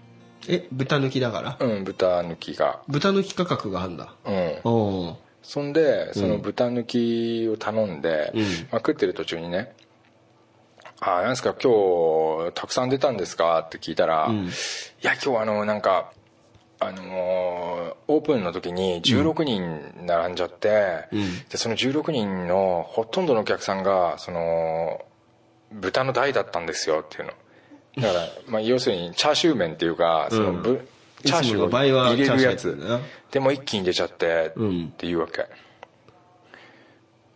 Speaker 3: え豚抜きだから、
Speaker 4: うん豚抜きが
Speaker 3: 豚抜き価格があんだ
Speaker 4: うん
Speaker 3: おー
Speaker 4: そんでその豚抜きを頼んで、
Speaker 3: うん
Speaker 4: まあ、食ってる途中にね「ああなんですか今日たくさん出たんですか?」って聞いたら「
Speaker 3: うん
Speaker 4: いや今日あのなんかあのーオープンの時に16人並んじゃって、
Speaker 3: うん
Speaker 4: でその16人のほとんどのお客さんがその豚の台だったんですよ」っていうの。だから、まあ、要するにチャーシュー麺っていうかそのぶ、
Speaker 3: うん
Speaker 4: チャーシ
Speaker 3: いつ
Speaker 4: ュー
Speaker 3: もの倍は
Speaker 4: を入れるや
Speaker 3: チャーシュー
Speaker 4: つ
Speaker 3: だよね
Speaker 4: でも一気に出ちゃって
Speaker 3: うん
Speaker 4: っていうわけ、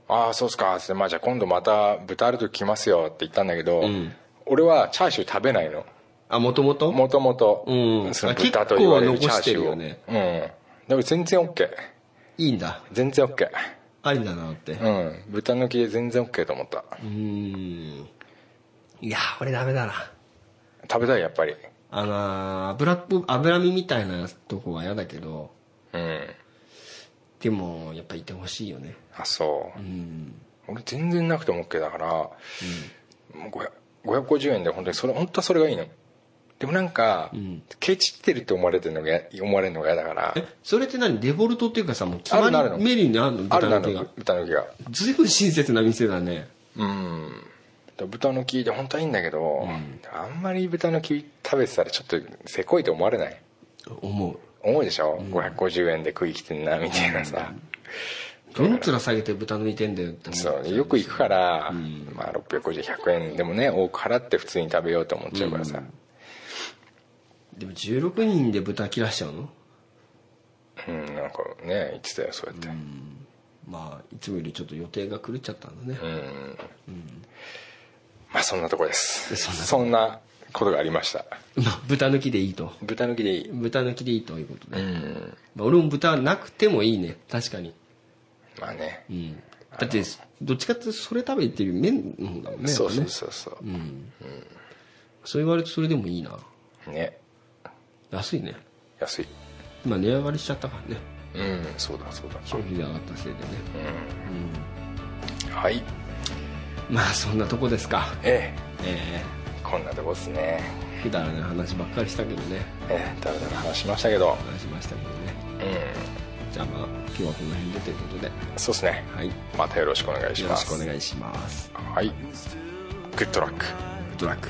Speaker 4: ああそうっすかっつって、まあ、じゃあ今度また豚ある時来ますよって言ったんだけど、
Speaker 3: うん
Speaker 4: 俺はチャーシュー食べないの
Speaker 3: あもともと
Speaker 4: もともと
Speaker 3: うん
Speaker 4: その
Speaker 3: あ結
Speaker 4: 豚
Speaker 3: 構
Speaker 4: と言われるチャーシ
Speaker 3: 残して
Speaker 4: ュー
Speaker 3: る
Speaker 4: を
Speaker 3: よね
Speaker 4: うんだから全然 OK
Speaker 3: いいんだ
Speaker 4: 全然 OK
Speaker 3: ありだなってう
Speaker 4: うん豚抜きで全然 OK と思った
Speaker 3: ーんいやー俺ダメだな
Speaker 4: 食べたいやっぱり
Speaker 3: あのー油っぽ脂身みたいなとこは嫌だけど
Speaker 4: うん
Speaker 3: でもやっぱいてほしいよね
Speaker 4: あそう、俺全然なくても OK だから、もう500 550円で本当にそれ本当はそれがいいのでもなんか、ケチってるって思われてるのが思われるのが嫌だから
Speaker 3: それって何デフォルトっていうかさもう決
Speaker 4: あ
Speaker 3: ま
Speaker 4: る
Speaker 3: り
Speaker 4: のあるの
Speaker 3: メニューにあるの豚
Speaker 4: ある
Speaker 3: の
Speaker 4: なの
Speaker 3: 手が
Speaker 4: 豚豚の毛が
Speaker 3: ずいぶん親切な店だね
Speaker 4: うんだから豚の木で本当はいいんだけど、あんまり豚の木食べてたらちょっとせこいと思われない
Speaker 3: 思う
Speaker 4: 思うでしょ、550円で食いきてんなみたいなさ、
Speaker 3: どの面下げて豚抜いてんだよって思
Speaker 4: そうねよく行くから、まあ、65010円でもね多く払って普通に食べようと思っちゃうからさ、
Speaker 3: でも16人で豚切らしちゃうの
Speaker 4: うんなんかね言ってたよそうやって、
Speaker 3: まあいつもよりちょっと予定が狂っちゃったんだね、
Speaker 4: まあそんなとこです
Speaker 3: そんな
Speaker 4: そんなことがありました
Speaker 3: まあ豚抜きでいいと
Speaker 4: 豚抜きでいい
Speaker 3: 豚抜きでいいということで、まあ、俺も豚なくてもいいね確かに、
Speaker 4: まあね、
Speaker 3: うん、だってどっちかっていうとそれ食べてる麺の方だもんね
Speaker 4: そ
Speaker 3: やっ
Speaker 4: うそう
Speaker 3: ぱね
Speaker 4: そうそう、
Speaker 3: そう言われるとそれでもいいな
Speaker 4: ね
Speaker 3: 安いね
Speaker 4: 安い
Speaker 3: 今値上がりしちゃったからね
Speaker 4: うんそうだそうだ
Speaker 3: 消費税上がったせいでね、
Speaker 4: はい
Speaker 3: まあそんなとこですか
Speaker 4: え
Speaker 3: え
Speaker 4: えこんなとこですね
Speaker 3: えくだらない話ばっかりしたけどね
Speaker 4: ええだらだら話しましたけど
Speaker 3: 話しましたけどね
Speaker 4: うん
Speaker 3: じゃあまあ今日はこの辺でということで
Speaker 4: そうですね
Speaker 3: はい
Speaker 4: またよろしくお願いし
Speaker 3: よろ
Speaker 4: ま
Speaker 3: し
Speaker 4: す
Speaker 3: くお願いします
Speaker 4: はいグッドラック
Speaker 3: ドラッグ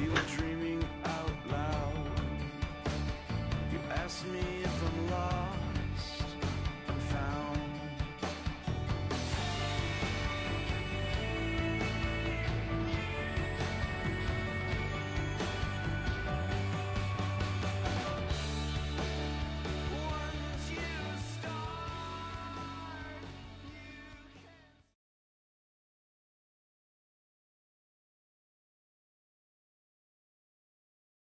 Speaker 2: We were dreaming out loud. You asked me if I'm lost.